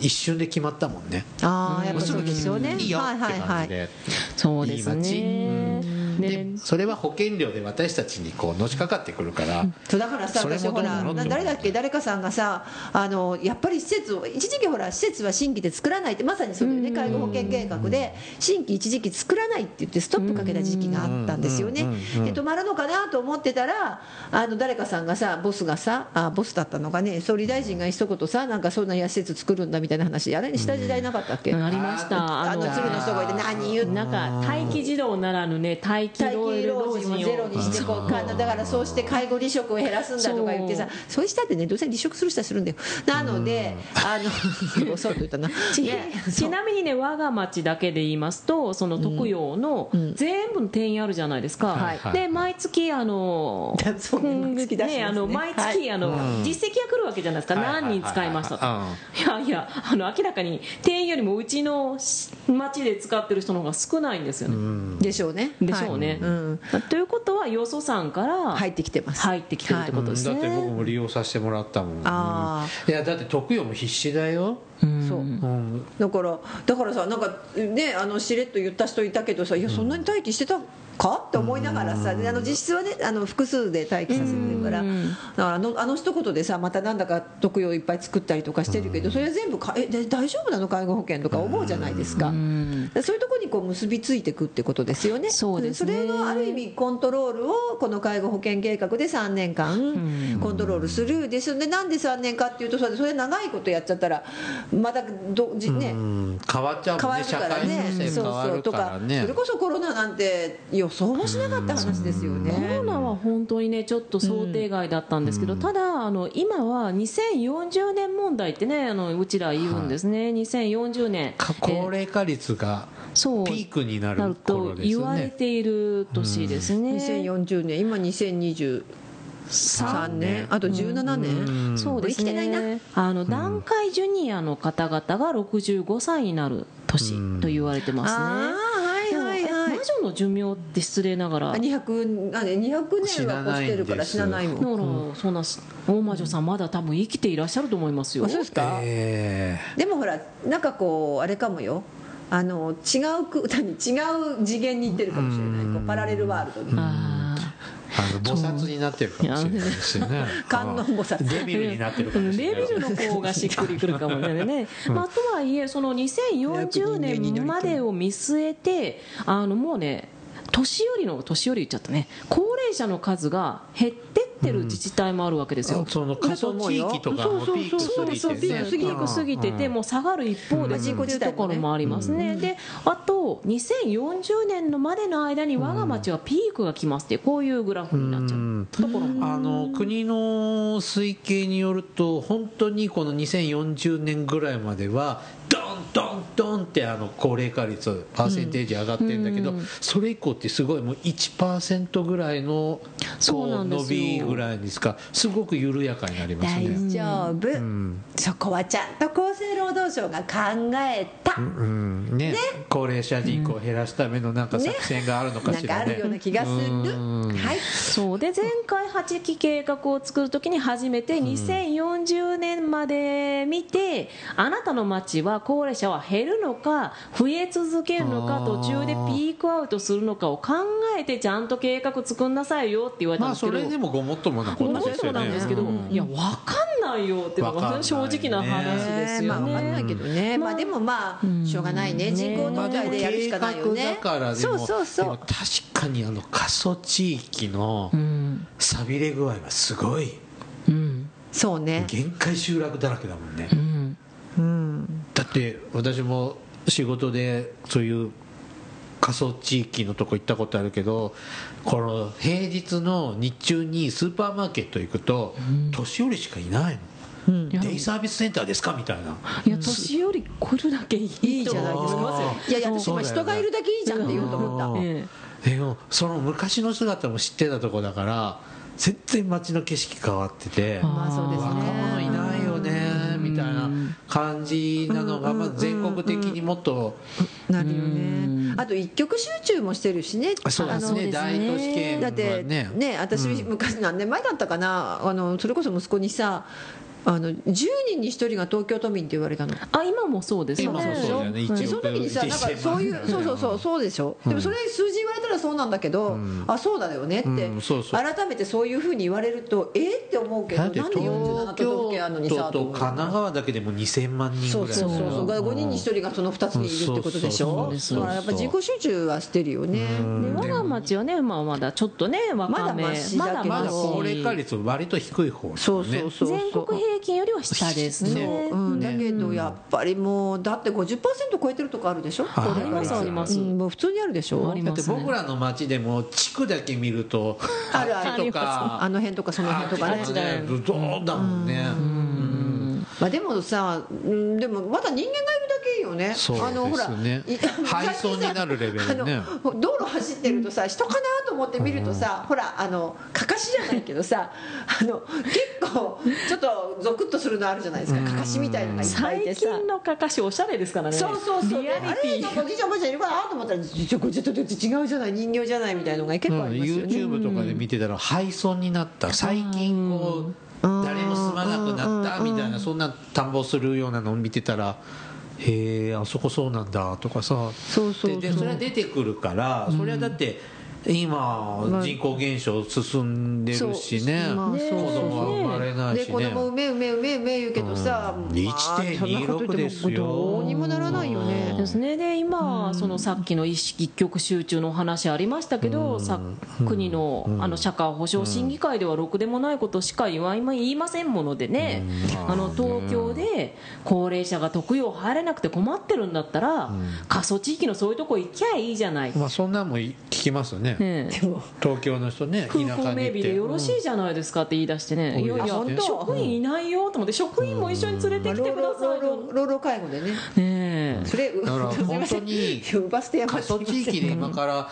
A: 一瞬で決まったもんね
B: ああやっぱ
A: す
B: そ
A: ぐ
B: うで
A: 決
B: しょ
A: ま
B: うね
A: いいよって
B: はいはいは
A: 感じ
B: い
A: で
C: そうです
A: いい
C: ね
A: で
C: で
A: それは保険料で私たちにこうのしかかってくるから
B: そうだからさ
A: それ
B: 私
A: もど
B: ほ
A: うな
B: ら
A: の
B: な誰だっけ誰かさんがさあのやっぱり施設を一時期ほら施設は新規で作らないってまさにそうだよね介護保険計画で新規一時期作らないって言ってストップかけた時期があったんですよね
A: うんうんうん
B: で止まるのかなと思ってたらあの誰かさんがさボスがさあボスだったのかね総理大臣が一言さなんかそんな施設作るんだみたいな話あれした時代なかったっけ、
C: ありました
B: あの鶴の人がいて何言って
C: なんか待機児童ならぬね待機
B: 待
C: 老
B: 機老人
C: 人
B: を
C: を
B: ゼロにしてこうかだからそうして介護離職を減らすんだとか言ってさそうしたってねどうせ離職する人はするんだよなのであ のそうと言ったな
C: ち
B: ね
C: ちなみにね我が町だけで言いますとその特養の全部の定員あるじゃないですか、
A: はいはい
C: で毎月あ の
B: そう毎月出しますね
C: あの毎月、
B: はい
C: あの
A: うん
C: 実績が来るわけじゃないですか、何人使いましたと、
A: うん
C: いやいやあの明らかに定員よりもうちの町で使ってる人の方が少ないんですよね、
B: でしょうね
C: でしょうね
B: はいうん
C: ということはよそさんから
B: 入ってきてます
C: 入ってきてるってことですね、
A: だって僕も利用させてもらったもん
B: あ
A: いやだって特養も必死だよ、
B: そう
A: うん、
B: だからだからさなんかねあのしれっと言った人いたけどさいやそんなに待機してたかって思いながらさであの実質はねあの複数で待機させてるからだからあのあの一言でさまたなんだか特養いっぱい作ったりとかしてるけどそれは全部かえで大丈夫なの介護保険とか思うじゃないですかそういうとこにこう結びついていくってことですよね
C: そうですね
B: それのある意味コントロールをこの介護保険計画で3年間コントロールするですよねなんで3年かっていうとそれそれ長いことやっちゃったらまたどじね、
A: うん変わっちゃう
B: 変
A: もん
B: わ
A: ね
B: る
A: 社
B: から
A: 会
B: ね
A: 情勢
B: そう
A: 変わ
B: そう
A: る
B: と
A: か
B: から
A: ね
B: それこそコロナなんて予想もしなかった話ですよ
C: コロ
B: ね
C: ナは本当にねちょっと想定外だったんですけど、ただあの今は2040年問題ってねあのうちら言うんですね、2040年
A: か高齢化率が
C: えそう
A: ピークにな
C: な
A: る
C: る
A: 頃
C: と
A: です
C: 言
A: よ
C: われ
A: ね
C: ている年ですね、
B: 2040年今2023年あと17年
A: うん
C: そうです
B: 生きてない
C: ね
B: な
C: あの団塊ジュニアの方々が65歳になる年と言われてます
B: あ
C: ね、
B: あはいはいは
C: で
B: い
C: も魔女の寿命って失礼ながら
B: あ
C: だか
B: 200, あね200年は越してるから死なないもん
C: らそんな大魔女さんまだ多分生きていらっしゃると思いますよ
B: あそうですか、
A: え
B: でもほらなんかこうあれかもよあの違うく何違う次元に行ってるかもしれないこうパラレルワールドに
C: あー
A: ーあの菩薩になってるかもしれないですよね
B: 観音菩薩
A: デビルになってるか
C: うん
A: もしれ
C: レ
A: な
C: ベ
A: い
C: ルの方がしっくりくるかも しれないね、まあ、とはいえその2040年までを見据えてあのもうね年寄りの年寄り言っちゃったね高齢者の数が減ってってる自治体もあるわけですよ、
A: その過疎地域とかもピーク
C: そうですそう
A: 過ぎ
C: です
A: て
C: ピ
A: ね
C: ーク過ぎててもう下がる一方で
B: うん
C: 人口自体ところもありますねであと2040年のまでの間に我が町はピークが来ますっていうこういうグラフになっちゃ
A: う
C: うんところも
A: あの国の推計によると本当にこの2040年ぐらいまではドンドンドンってあの高齢化率パーセンテージ上がってるんだけど、それ以降ってすごいもう1%ぐらいのこう
C: そうなんで
A: 伸
C: すよ
A: びぐらいですかすごく緩やかになります
B: 大
A: ね。
B: 丈夫、そこはちゃんと厚生労働省が考え
A: う
B: た、
A: んね高齢者人口を減らすためのなんか作戦があるのか
B: なん
A: し
B: からあ
A: ね。
B: るような気がするはい
C: そうで前回8期計画を作るときに初めて2040年まで見てあなたの町は高齢害者は減るのか増え続けるの
A: あ
C: か
A: ー
C: 途中でピークアウトするのかを考えてちゃんと計画作んなさいよって言われた
A: ま
C: んで
A: あ
C: すけ
A: そ
C: ど、
A: れでもごもっともなこ
C: 本
A: と
C: 当
A: で
C: に
A: す
C: そ
A: よ
C: うなん
A: ね
C: ですけど、
A: うん
C: いや分かんないよっていうの
A: わかんな
C: が
A: い
C: 正直な話ですよ
B: まあ、分かん
C: ね。
B: ないけどね、まあ、でもまあしょうがないね、
C: うん
B: 人口
C: ま
B: の問題でやるしかないよね
A: 計画だからでも
B: そうそう
A: で
B: そ
A: も
B: う
A: 確かにあの過疎地域の
C: うん
A: さびれ具合はすごい
C: うん
B: そうね
A: 限界集落だらけだもんね
C: うん
B: うん
A: だって私も仕事でそういう過疎地域のとこ行ったことあるけどこの平日の日中にスーパーマーケット行くと年寄りしかいないの、
B: うん
C: いや
A: デイサービスセンターですかみたいない
C: や年寄り来るだけい
B: い
C: い
B: い
C: と
B: じゃないで
C: 思
B: す
C: い
B: か
C: ますよ。
A: あー
B: いやいや私
A: そう
B: 今
A: だよね
B: 人がいるだけいいじゃんって言おうと思った
A: あー
C: え
A: でもその昔の姿も知ってたとこだから全然街の景色変わってて
C: あー
B: まあそうですね
A: 若者いないよねみたいな感じなのが、
B: うん
A: まあ、全国的にもっと
B: なるよ
C: う
B: ね
C: ん
B: あと一極集中もしてるしね
A: そうで
B: あ
A: す
B: の
A: ね大都市圏
B: だ
A: は
B: ってね
A: ね
B: 私昔何年前だったかなあのそれこそ息子にさあの10人に1人が東京都民って言われたの
C: あ今もそうですね。
A: 今もそうだよね
C: はい
A: 一
B: そ
A: 応
B: の時にさ
A: 一
B: なん
A: 億
B: かそういうそうそうそうそうでしょ、でもそれ数字言われたらそうなんだけど、あそうだよねって、
A: うんそうそう
B: 改めてそういうふうに言われるとえー、って思うけど
A: だ
B: な
A: っ
B: ん
A: て
B: で47
A: 東
B: 都道府県あるのにさ
A: 京都と神奈川だけでも2000万人
B: そ
A: ぐ
B: う
A: らい
B: そうそうそう
A: だよ
B: 5人に1人がその2つにいるってことでし
A: うんそうそうそう
B: ょ
A: そうです
B: だからやっぱ自己集中はしてるよね
C: で我が町はね、まあ、まだちょっとね若め
B: まだマシだけど
A: まだ高齢化率割と低い方だよね
B: そうそうそうそう
C: 全国平均よりは下ですね
A: ね
B: うん、
A: ね
B: だけどやっぱりもうだって50%超えてるとこあるでしょ
A: あ
B: 高齢化率
A: あります
C: あります
B: うんもう普通にあるでしょ
C: あり
A: だ
C: ま
A: って
C: すね
A: 僕らの街でも地区だけ見ると
B: あるある
A: っちとか
B: あの辺とかその辺とかね
A: あっちとねどうだもんね
B: まあ、でもさ、うん、でもまだ人間がいるだけいいよね、
A: そうですね
B: あのほら、い
A: 配送になるレベルね
B: あの道路走ってるとさ、人かなと思って見るとさ、ほら、あのかかしじゃないけどさ、あの結構、ちょっとゾクッとするのあるじゃないですか、かかしみたいのがいっぱいいて
C: 最
B: さ。
C: 近のかかしおしゃれですからね
B: そうそうそう
C: リアリテ
B: あれ
C: ィ
B: なんかおじいちゃんおばあちゃんいるかなと思ったらちょこれちょっと違うじゃない人形じゃないみたいのが結
A: うん
B: 構ありますよね、
A: YouTube とかで見てたら廃村になった最近こう誰も住まなくなったみたいなそんな田んぼするようなのを見てたらへえあそこそうなんだとかさ
B: そうそうそう
A: ででそれは出てくるからそれはだって今
B: まあ
A: 人口減少進んでるしね
B: そ
A: 子
B: うまあそう
A: 供は生まれない
B: で
A: し
B: 子
A: ね
B: 供うめうめうめうめ言うけどさ、
A: うん1.26ですよ
B: どうにもならないよね、
C: ですねで今、そのさっきの意識一極集中のお話ありましたけど、さ国の,、あの社会保障審議会ではろくでもないことしか言わ言いませんものでね、あの東京で高齢者が特養入れなくて困ってるんだったら、過疎地域のそういうとこ行きゃいいじゃない、
A: まあそんなんも聞きますよね
C: ねえ
A: 東京の人ね田
C: 風
A: 舎
C: 光
A: に行
C: 明媚
A: って
C: でよろしいじゃないですかって言い出してね、
A: うん
C: いやいや
A: 本
B: 当
C: 職員いないよと思って職員も一緒に連れてきてください
B: 老
C: よ、
B: 老老老介護でね
C: ねえ
B: それう
A: だ から
B: すいません
A: 本当に
B: ウバステ山
A: 過疎地域で今から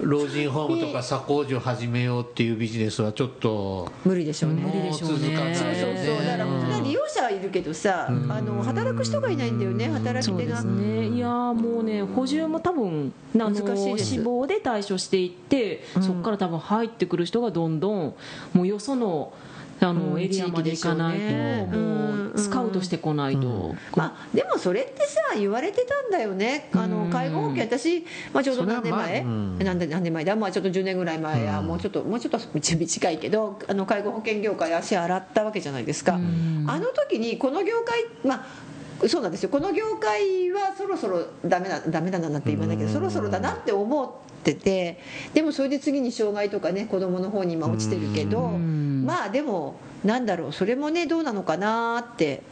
A: 老人ホームとか鎖工事を始めようっていうビジネスはちょっと
B: 無理でしょうね
A: もう続かないよね
B: そうそうそうだから本当に利用者はいるけどさ、あの働く人がいないんだよね働き
C: そう
B: 手
C: で
B: が
C: すね、いやーもうね補充も多分難
B: 難しいです
C: 死亡で対処していって、そこから多分入ってくる人がどんどんもうよそのあの、
B: うん
C: エリアまで行かないと、
B: 地域でしょうね
C: も
B: う
C: うんスカウトしてこないと、
B: まあ、でもそれってさ言われてたんだよねあの介護保険私、まあ、ちょうど何年前
A: それは前うん
B: 何年何年前だ、まあ、ちょっと10年ぐらい前や、もうちょっともうちょっと短いけどあの介護保険業界足洗ったわけじゃないですか、あの時にこの業界まあそうなんですよこの業界はそろそろダメだダメだなって言わないけど、そろそろだなって思っててでもそれで次に障害とかね子供の方に今落ちてるけど、まあでもなんだろうそれもねどうなのかなって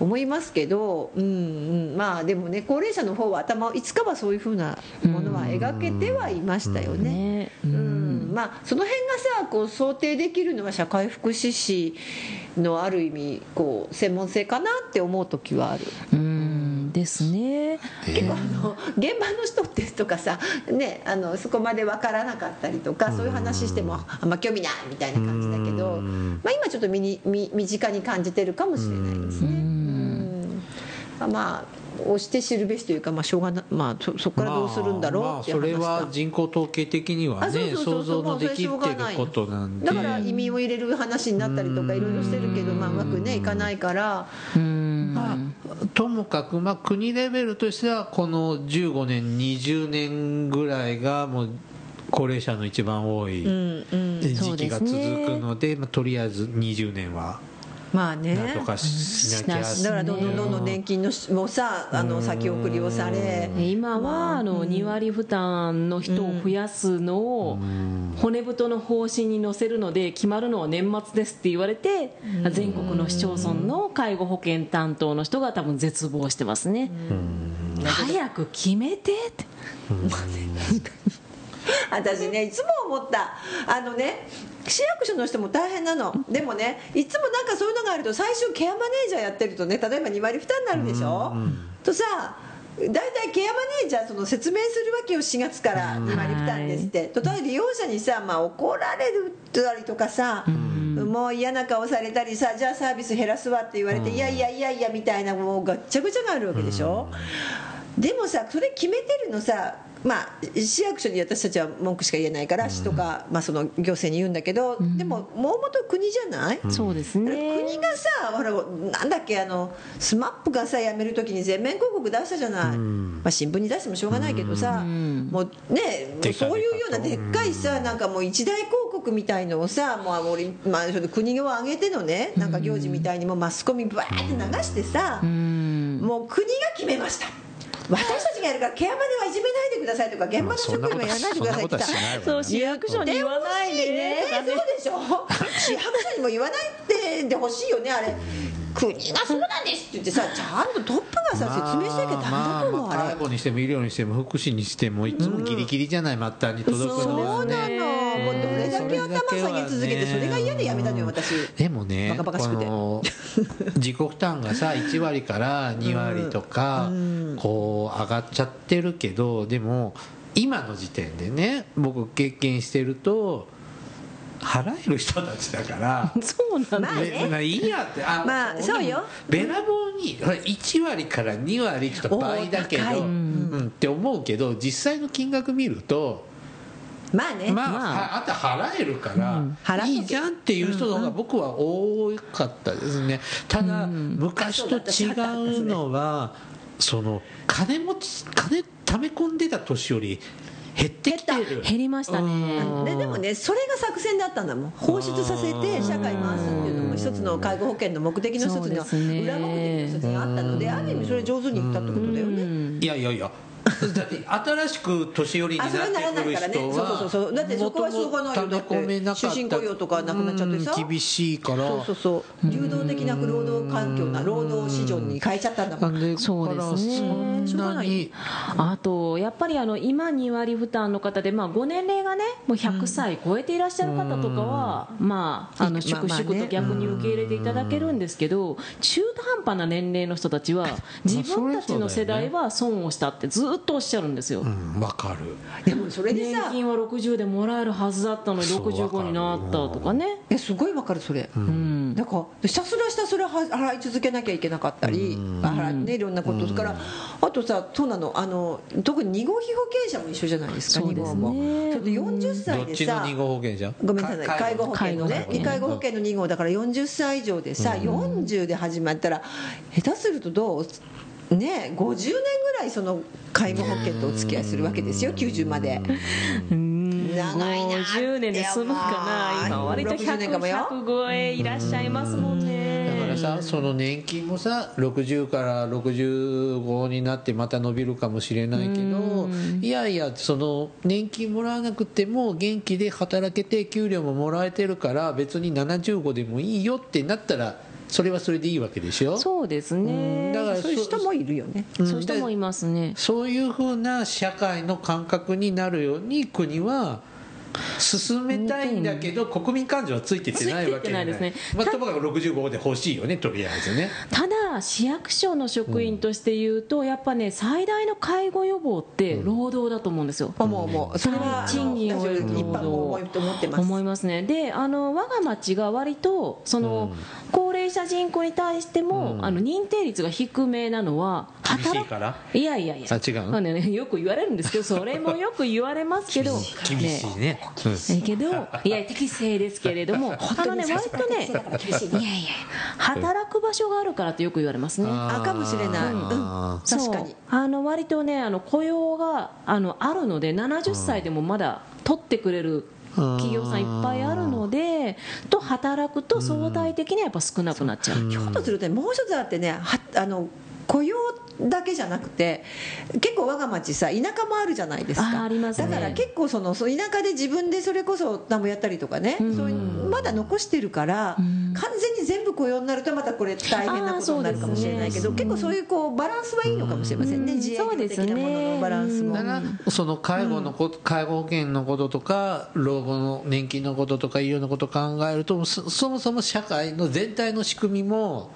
B: 思いますけど、うんうん、まあでもね高齢者の方は頭をいつかはそういうふうなものは描けてはいましたよね。
C: ね
B: うんまあ、その辺がさこう想定できるのは社会福祉士のある意味こう専門性かなって思う時はある
C: うんですね
B: 結構あの現場の人ってとかさ、ね、あのそこまで分からなかったりとかそういう話してもあんま興味ないみたいな感じだけど、まあ、今ちょっと身に身身近に感じてるかもしれないですね。うんまあをして知るべしというか、まあ、しょうがな、まあ、そそこからどうするんだ
A: まあま
B: ろう
A: あ
B: ってい
A: そうれ
B: 話だ、
A: は人口統計的には
B: あそう
A: ね
B: そうそう
A: 想像のできってることなんで
B: だから移民を入れる話になったりとかいろいろしてるけど、まあ、うまくねいかないから
C: うん
A: まあ、ともかく、まあ、国レベルとしてはこの15年、20年ぐらいがもう高齢者の一番多い
B: うんうん
A: 時
C: そう
A: 期
C: で
A: が
C: す
A: 続
C: ね
A: くので、まあ、とりあえず20年は
B: まあね
A: なんとかしなきゃ
C: し
B: だから
C: し
B: どんどんどんどん年金のしもうさあの先送りをされ
C: 今はあの2割負担の人を増やすのを骨太の方針に載せるので決まるのは年末ですって言われて全国の市町村の介護保険担当の人が多分絶望してますね早く決めてって
B: 私ねいつも思ったあのね市役所の人も大変なのでもねいつもなんかそういうのがあると最終ケアマネージャーやってるとね例えば2割負担になるでしょとさ大体ケアマネージャーその説明するわけよ4月から2割負担ですってとたえ利用者にさ、まあ、怒られるたりとかさもう嫌な顔されたりさじゃあサービス減らすわって言われていやいやいやいやみたいなもうガッチャガチャがあるわけでしょでもさそれ決めてるのさまあ、市役所に私たちは文句しか言えないから、市とか、まあ、その行政に言うんだけど、でも、もと国じゃない、
C: そうです
B: だから国がさほらなんだっけあのスマップがさ辞めるときに全面広告出したじゃない、まあ、新聞に出してもしょうがないけどさ、もうねもうそういうようなでっかいさ、なんかもう一大広告みたいのをさもうオリンまあ、その国を挙げてのねなんか行事みたいにもマスコミバーって流してさ、もう国が決めました私たちがやるからケアマネはいじめないでくださいとか現場
A: ま
B: の
A: あそ
B: 職
A: んな
B: 員
A: こと
B: はやらないでくださいって
A: はしないわ
C: そう
A: ね
C: 市役所に言わないでね
B: ね
C: とか
B: そうで
C: ね
B: しょ市役所にも言わないってでほしいよねあれ国がそうなんですって言ってさちゃんとトップがさ説明しなきゃ
A: ま
B: ダ
A: あ
B: メだも
A: ま
B: ん
A: あ
B: あれ
A: 介護にしても医療にしても福祉にしてもいつもギリギリじゃない末端に届くの
B: そ
A: は
B: う
A: ね
B: なのもうどれだけ頭下げ続けてそれが嫌でやめたのよ私
A: でもね
B: バカバカしくて
A: この自己負担がさ1割から2割とかこう上がっちゃってるけどでも今の時点でね僕経験してると払える人たちだから。
C: そうなんだ、
B: まあね
A: ねまあいいやってあ
B: まあそうよ
A: でもべらぼうにほら1割から2割ちょっと倍だけ
B: おー高い
A: ど、
B: う
A: うん、って思うけど実際の金額見ると
B: まあね、
A: まあ、
C: まあ
A: はあと払えるから、
B: 払っとけ
A: いいじゃんっていう人の方が僕は多かったですね、ただ、昔と違うのは、その金持ち、金溜め込んでた年より減ってきてる。
C: 減りましたね
A: うん
B: ででもねそれが作戦だったんだもん放出させて社会回すっていうのも一つの介護保険の目的の一
C: そう
B: つに
C: で
B: は
C: すね
B: 裏目的の一つにあったのである意味それ上手にいったってことだよね
A: いやいやいやだって新しく年寄りにな
B: あ
A: って
B: それはならな
A: く
B: い
A: る
B: からね
A: 人
B: そうそうそうそうだってそこはしょうがないよ
A: もともと溜め込めなかった
B: 終身雇用とかなくなっちゃってさ
A: うん厳しいから
B: そうそうそう流動的な労働環境な労働市場に変えちゃったんだもん
A: なんで
C: そうですね
A: だからそんなに
C: あとやっぱりあの今2割負担の方で、まあ、ご年齢がねもう100歳超えていらっしゃる方とかは、まあ、あ
B: まあ
C: の粛々
B: まあ
C: と
B: ね
C: 逆に受け入れていただけるんですけど中途半端な年齢の人たちは自分たちの世代は損をしたってずっとおっしゃるんですよ。
A: うんわかる
B: でもそれで
C: 年
B: さ
C: 金は60でもらえるはずだったのに
A: そうわかる
C: 65になったとかね。
B: えすごいわかるそれ、
C: うん
B: だからひたすらひたすらは払い続けなきゃいけなかったり、払いねいろんなこと、それからあとさそうなのあの特に2号被保険者も一緒じゃないですか
C: そう
B: 2
C: で
B: 号
C: すね
B: もちょっと40
A: ど
B: 歳
A: っ
B: で
A: ちの
B: さ
A: 二号保険じゃん
B: ごめんなさい
A: か
B: 介護保険のね
A: 介護
B: 介護保険の2号だから40歳以上でさ、40で始まったら下手するとどうね50年ぐらいその介護保険とお付き合いするわけですよ90まで。長いなって
C: 50年で済むか
B: まあ
C: な今割と
B: 60年かもよ
C: 100超えいらっしゃいますもんね
A: だからさその年金もさ60から65になってまた伸びるかもしれないけどいやいやその年金もらわなくても元気で働けて給料ももらえてるから別に75でもいいよってなったらそれはそれでいいわけでしょ
C: そうです
A: うん
C: ね
A: だから
B: そういう人もいるよね
C: そういう人もいますね
A: そういうふうな社会の感覚になるように国は進めたいんだけど国民感情はついてってないわけじゃ
C: ついてってないですね
A: まあ、ともかく65で欲しいよねとりあえずね
C: ただ市役所の職員として言うと、やっぱね最大の介護予防って労働だと思うんですよ、
B: 思う思うそれは
C: 賃金を得
B: 一
C: る労働
B: 般も思いと思ってます
C: 思いますねであの我が町が割とその、高齢齢者人口に対しても、あの認定率が低めなのは
A: 厳しいから
C: いやいやいや
A: あ違う
C: まあね、よく言われるんですけどそれもよく言われますけど
A: 厳しいねそうです
C: えーけど、いや、適正ですけれども、あのね、割 とね、いやいや、働く場所があるからってよく言われますね。
A: あー
B: あかもしれないうん
A: あ
B: 確かに
C: そうあの割とねあの雇用があのあるので70歳でもまだ取ってくれる企業さんいっぱいあるのでと働くと相対的にはやっぱ少なくなっちゃう
B: ひょっとするとねもう一つあってねはあの雇用だけじゃなくて結構我が町さ田舎もあるじゃないです
C: あ
B: か
C: ありますね
B: だから結構そのそう田舎で自分でそれこそ何もやったりとかね、そういうまだ残してるから、完全に全部雇用になるとまたこれ大変なことになるかもしれないけど、
C: あーそうですね
B: 結構そういうこうバランスはいいのかもしれませんね、
C: うん
B: 自営業的なもののバランス
A: ー
B: も。
A: だからその介護のこ、介護保険のこととか老後の年金のこととかいろんなことを考えるとそそもそも社会の全体の仕組みも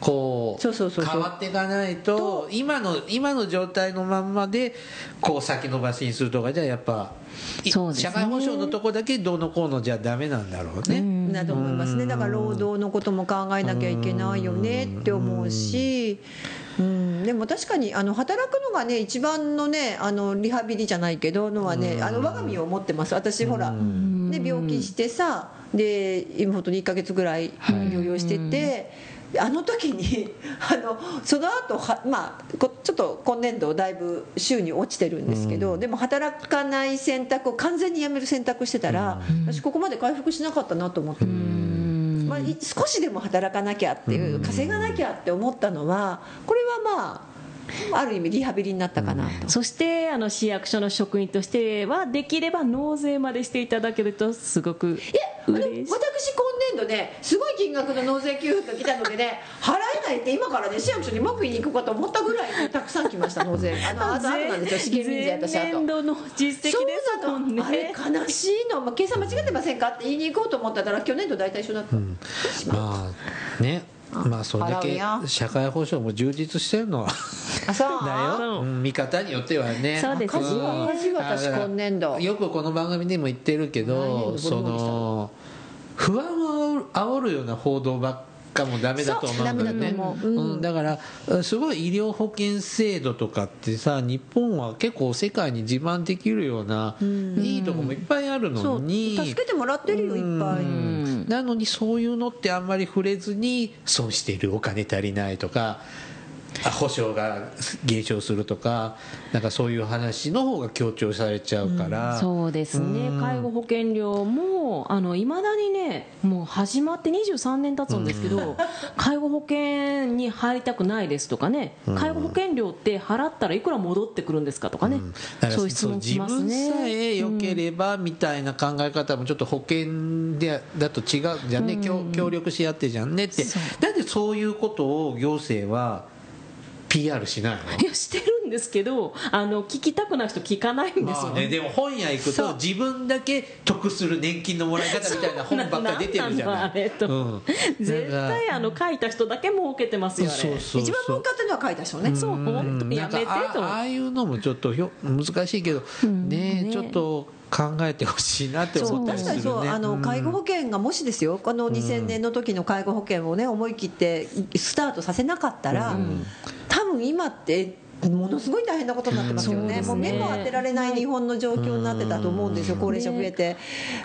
A: こう
B: そうそうそうそう
A: 変わっていかないと今の今の状態のまんまでこう先延ばしにするとかじゃやっぱ、い
C: そうですね
A: 社会保障のとこだけどうのこうのじゃダメなんだろうね。
B: だと思いますねだから労働のことも考えなきゃいけないよねって思うし、うん、でも確かにあの働くのがね一番のねあのリハビリじゃないけどのはねあの我が身を持ってます私ほら、ね、病気してさで今本当に1ヶ月ぐらい療養してて。あの時に あのその後はまあこちょっと今年度だいぶ週に落ちてるんですけど、でも働かない選択を完全にやめる選択してたら、私ここまで回復しなかったなと思って、まあ、い少しでも働かなきゃっていう稼がなきゃって思ったのはこれはまあある意味リハビリになったかなと。
C: そしてあの市役所の職員としてはできれば納税までしていただけるとすごく
B: で
C: 嬉しい
B: 私今年度ねすごい金額の納税給付が来たのでね払えないって今からね市役所に文句言いに行こうかと思ったぐらいねたくさん来ました納税あのあとあとなんですよ資源
C: 前
B: 人税私あ
C: 年
B: と。
C: 度の実績
B: そう
C: です
B: な
C: も
B: の、
C: んね
B: あれ悲しいの、まあ、計算間違ってませんかって言いに行こうと思ったら去年度大体一緒だった、
A: まあねまあそれだ
B: 払う
A: け
B: よ
A: 社会保障も充実してるのは
B: あそう
A: だよ、うん見方によってはね
C: そうです
A: ん
B: 赤
C: ね
B: 字赤字私
A: あだから
B: 今年度
A: よくこの番組でも言ってるけ
B: 来年
A: ど
B: 度
A: そ
B: ボ
A: の不
B: ロボロにした
A: 安を煽るような報道ばっかもダメだと思うんだよね
B: そうダメだと思ううん
A: うんだからうんすごい医療保険制度とかってさ日本は結構世界に自慢できるような、いいとこもいっぱいある
B: そ
A: の
B: う
A: に
B: 助けてもらってるよいっぱい、
A: うんなのにそういうのってあんまり触れずに損しているお金足りないとかあ保証が減少するとかなんかそういう話の方が強調されちゃうから、
C: そうですね介護保険料もいまだにねもう始まって23年経つんですけど 介護保険に入りたくないですとかね介護保険料って払ったらいくら戻ってくるんですかとかね
A: だから
C: そういう質
A: そう
C: 問
A: 自
C: きます
A: 分さ
C: ね。
A: え良ければみたいな考え方もちょっと保険でだと違うじゃんね、協協力し合ってじゃんねってなんでそういうことを行政は PR しないの
C: いやしてるんですけどあの聞きたくない人聞かないんです
A: ま
C: よ
A: あね、 でも本屋行く
C: そ
A: と自分だけ得する年金のもらい方みたいな本ばっかり出てるじゃ
C: な
A: なん
C: だあれ
A: い。
C: と
A: うん
C: 絶
A: なん
C: 対あの書いた人だけ儲けてますよ
A: か
C: あれ
A: そうそうそう
B: 一番儲かったのは書いた人ね、
C: そう本当
A: うん
C: にや
A: なん
C: め
A: か
C: てと
A: あああいうのもちょっとひょ難しいけど、ね
C: ね
A: ちょっと考えてほしいなって思ったり
B: 確
A: す
B: か
A: る
B: に
A: ね
B: そう、あの
A: うん
B: 介護保険がもしですよ、この2000年の時の介護保険をね、思い切ってスタートさせなかったら、多分今って、ものすごい大変なことになってますよ
C: うんそう
B: ね、
C: です
B: もう目
C: ね
B: も当てられない日本の状況になってたと思うんですよ、高齢者増えて。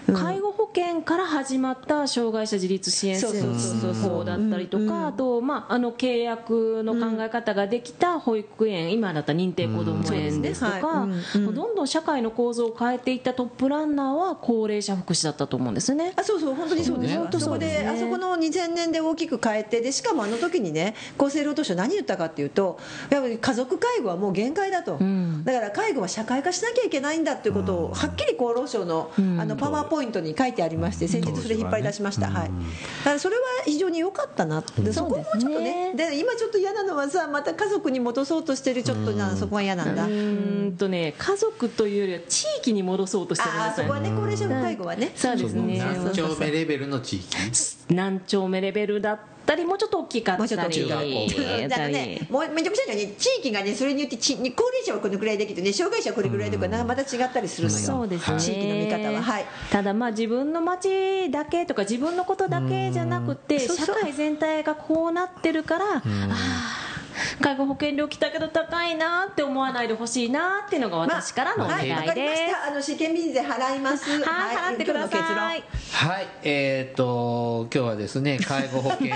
B: うん
C: 介護保険から始まった障害者自立支援制
B: そうそうそうそう
C: 度法だったりとか、あと、まあ、あの契約の考え方ができた保育園、今だったら認定こども園ですとか、
B: うんそうですねはいうんうん
C: どんどん社会の構造を変えていったトップランナーは高齢者福祉だったと思うんですよね。
B: あそうそう本当にそうです
A: そうね
B: よそこで
C: 本当そう
B: あ
C: です
B: そ
C: ね
B: この2000年で大きく変えてでしかもあの時にね厚生労働省何言ったかっていうとやっぱり家族介護はもう限界だと、
C: ん
B: だから介護は社会化しなきゃいけないんだっていうことをはっきり厚労省の,、あのパワーポイントに書いてありまして先日それ引っ張り出しました、はい、だからそれは非常に良かったなって、そこもちょっとねで今ちょっと嫌なのはさまた家族に戻そうとしてるちょっとな、そこが嫌なんだ、
C: うーんとね、家族というよりは地域に戻そうとしてるん
B: ああ
C: です
B: そこはね高齢者の介護はね、
C: そうですね
A: 何丁目レベルの地域
C: 何丁目レベルだったりもうちょっと大きか
B: も
C: っ
B: うちょったと
C: り
B: 中
A: 学校
B: うんだ
C: やっ
B: か
C: た
B: ら
C: り
B: ね、もうめちゃくちゃだよね地域がねそれによってち高齢者はこのくらいだけどね障害者はこれくらいとかなまた違ったりするのよ
C: そうですね、
B: 地域の見方ははい
C: ただまあ自分の町だけとか自分のことだけじゃなくて
B: そう
C: 社
B: そう
C: 会全体がこうなってるからあー介護保険料来たけど高いなって思わないでほしいなっていうのが
B: まあ
C: 私からのお願いです、
B: はいわかりましたあの試験便税払います
C: はい、払ってください
B: 今日の結論。
A: はいえっ、と今日はです ね介護保険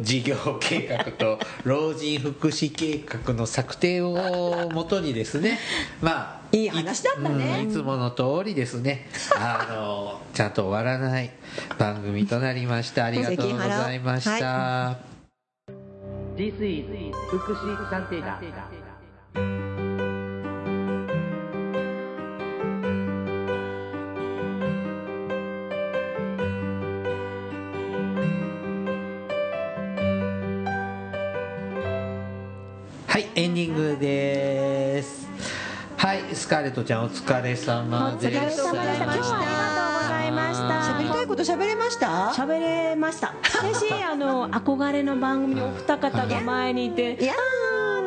A: 事業計画と老人福祉計画の策定をもとにですねまあ
B: いい話だったね
A: うんいつもの通りです ねあのちゃんと終わらない番組となりましたありがとうございました、
D: This is 福祉探偵団
A: はい、エンディングです。はい、スカーレットちゃんお疲れ様で
B: お疲れ
A: し
B: 様
A: た。
B: でした
C: ありがとうございました
B: 喋りたいこと喋れました
C: 喋れました嬉しいあの憧れの番組にお二方が前にいて
B: いや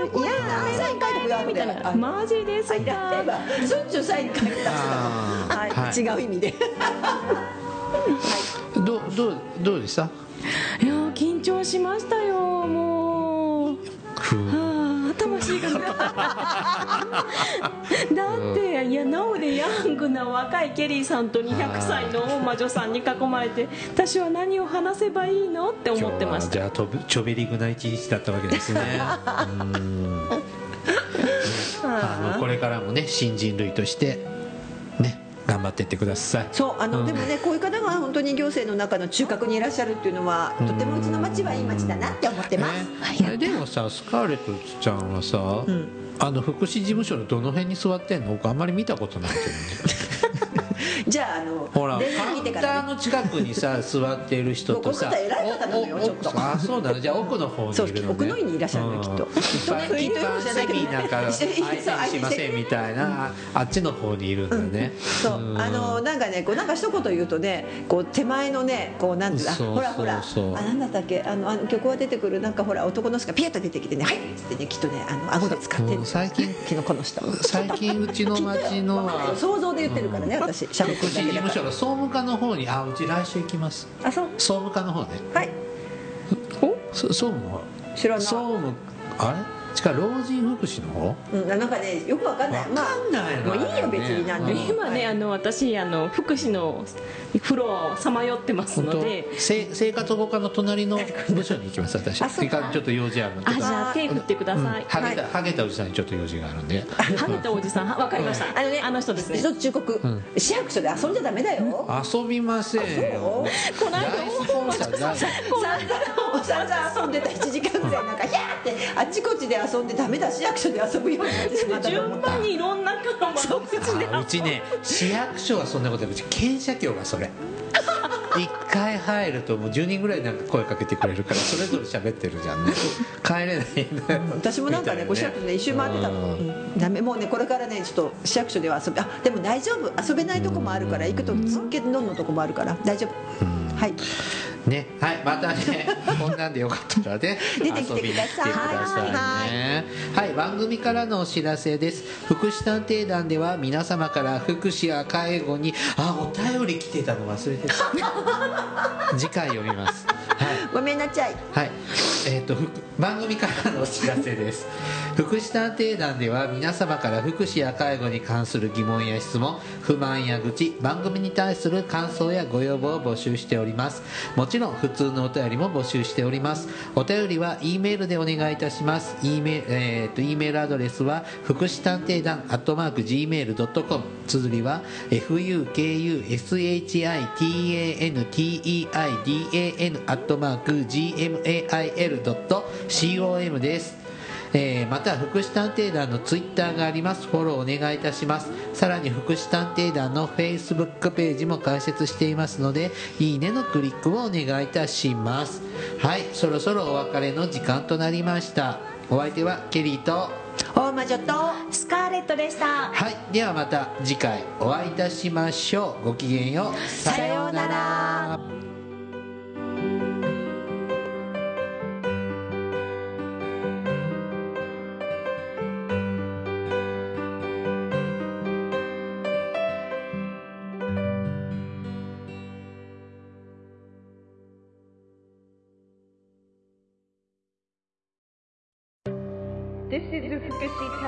B: ーいやーサイン書いてください
C: みたいな
B: あの
C: マジです
B: はいだ
C: か
B: ってしょっちゅうサイン書いて出してたもん
A: あー
B: はい、
A: はい
B: 違う意味で
A: どうどうどうでした？
C: いやー緊張しましたよもう
A: ふう
C: あー魂がだっていやなおでヤングな若いケリーさんと200歳の大魔女さんに囲まれて私は何を話せばいいのって思ってまし
A: 今日はじ
C: た
A: ゃあとぶちょべりぐな一日だったわけです ね。うーんあのこれからもね新人類としてね頑張っていってください。
B: そうあの、
A: うん
B: でもねこういう方が本当に行政の中の中核にいらっしゃるっていうのはとてもうちの町はいい町だなって思ってます、
A: ね、でもさスカーレットちゃんはさ、
B: ん
A: あの福祉事務所のどの辺に座ってんの僕あんまり見たことないけどね
B: じゃああの
A: ほらカ
B: 連絡
A: ウ
B: 来て
A: ン
B: か
A: タ
B: ら
A: ー
B: ね
A: の近くにさ座ってる人とさ
B: もうこの方偉い方なのよ
A: おお
B: ちょっと
A: おあそうなのじゃあ奥の方にいるのね
B: そう奥の方にいらっしゃるのよきっと
A: うん一般
B: そうい
A: 一
B: う
A: 般
B: 人じゃな
A: セ
B: いけど
A: ミなんか
B: 一緒に
A: 相手にしませんみたいなああっちの方にいるんだね
B: そう
A: うん
B: あのなんかねこうなんか一言言うとねこう手前のねこうなんていうのあ
A: そう
B: ほらほら
A: そうそう
B: あなんだったっけあのあの曲が出てくるなんかほら男の人がピヤッと出てきてねはいっつってねきっとねあの顎で使って
A: う
B: る
A: ん最近
B: キノコの下を
A: 最近うちの町のは
B: 想像で言ってるからね私しゃべっ
A: 福
B: てる
A: 祉
B: だ
A: 事
B: け
A: 務
B: だか
A: 所の総務課の方にあうち来週行きます
B: らあそう
A: 総務課の方ね
B: はい
A: そ総務の方
B: 知ら
A: 総
B: ない
A: 務あれしか老人福祉の方
B: うんあなんかねよくわかんない
A: わかんないの
B: まあ、もういいよ
A: あれね
B: 別になん
A: う
B: で
A: ん
B: も
C: 今ねあの私あの福祉のフロアをさまよってます
A: 本
C: の
A: 当
C: で
A: せ生活保護課の隣の部署に行きます私
B: あそう
A: てかちょっと用事あるの
C: あじゃあ手振ってくだ
A: うん
C: さい、
A: ハゲたハゲたおじさんにちょっと用事があるんで
C: はねたおじさんはわかりました、
B: あのね
C: あの人ですね
B: 一度忠告、
A: ん
B: 市役所で遊んじゃダメだよ、
A: 遊びませんよ
C: この間
A: ライスコンサー ト
B: 散々散々遊んでた1時間ぐらいなんかヒャーってあっちこっちで遊んでダメだ市役所で遊ぶようになってしまったと思
C: 順
B: っ
C: 番にいろんな方も
A: あうちね市役所はそんなことないうち検査協がそ れ一回入るともう10人ぐらいなんか声かけてくれるからそれぞれ喋ってるじゃんね帰れないのよ
B: 私もなんかねこう市役所で一周回ってた
A: う
B: の、うんダメもうねこれからねちょっと市役所では遊びあでも大丈夫遊べないとこもあるから行くとつっけどんのとこもあるから大丈夫はい
A: ねはいまたねこんなんでよかったらね
B: 出てきてくだ
A: 遊
B: さい
A: びに来てくださいねはい番組からのお知らせです福祉探偵団では皆様から福祉や介護にあお便り来てたの忘れ てた次回読みますはい
B: ごめんなちゃい
A: はい、えっ、と、ふく番組からのお知らせです。福祉探偵団では、皆様から福祉や介護に関する疑問や質問、不満や愚痴、番組に対する感想やご要望を募集しております。もちろん、普通のお便りも募集しております。お便りは、E メールでお願いいたします。E メ,、えー、と e メールアドレスは、福祉探偵団、アットマーク、gmail.com。綴りは、fukushitanteidan アットマーク gmail.com です、えーまた福祉探偵団のツイッターがありますフォローお願いいたしますさらに福祉探偵団のフェイスブックページも開設していますのでいいねのクリックをお願いいたしますはいそろそろお別れの時間となりましたお相手はケリーと
B: 大魔女と
C: スカーレットでした
A: はいではまた次回お会いいたしましょうごきげんよう
B: さようなら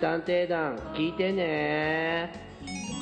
D: 探偵団聞いてね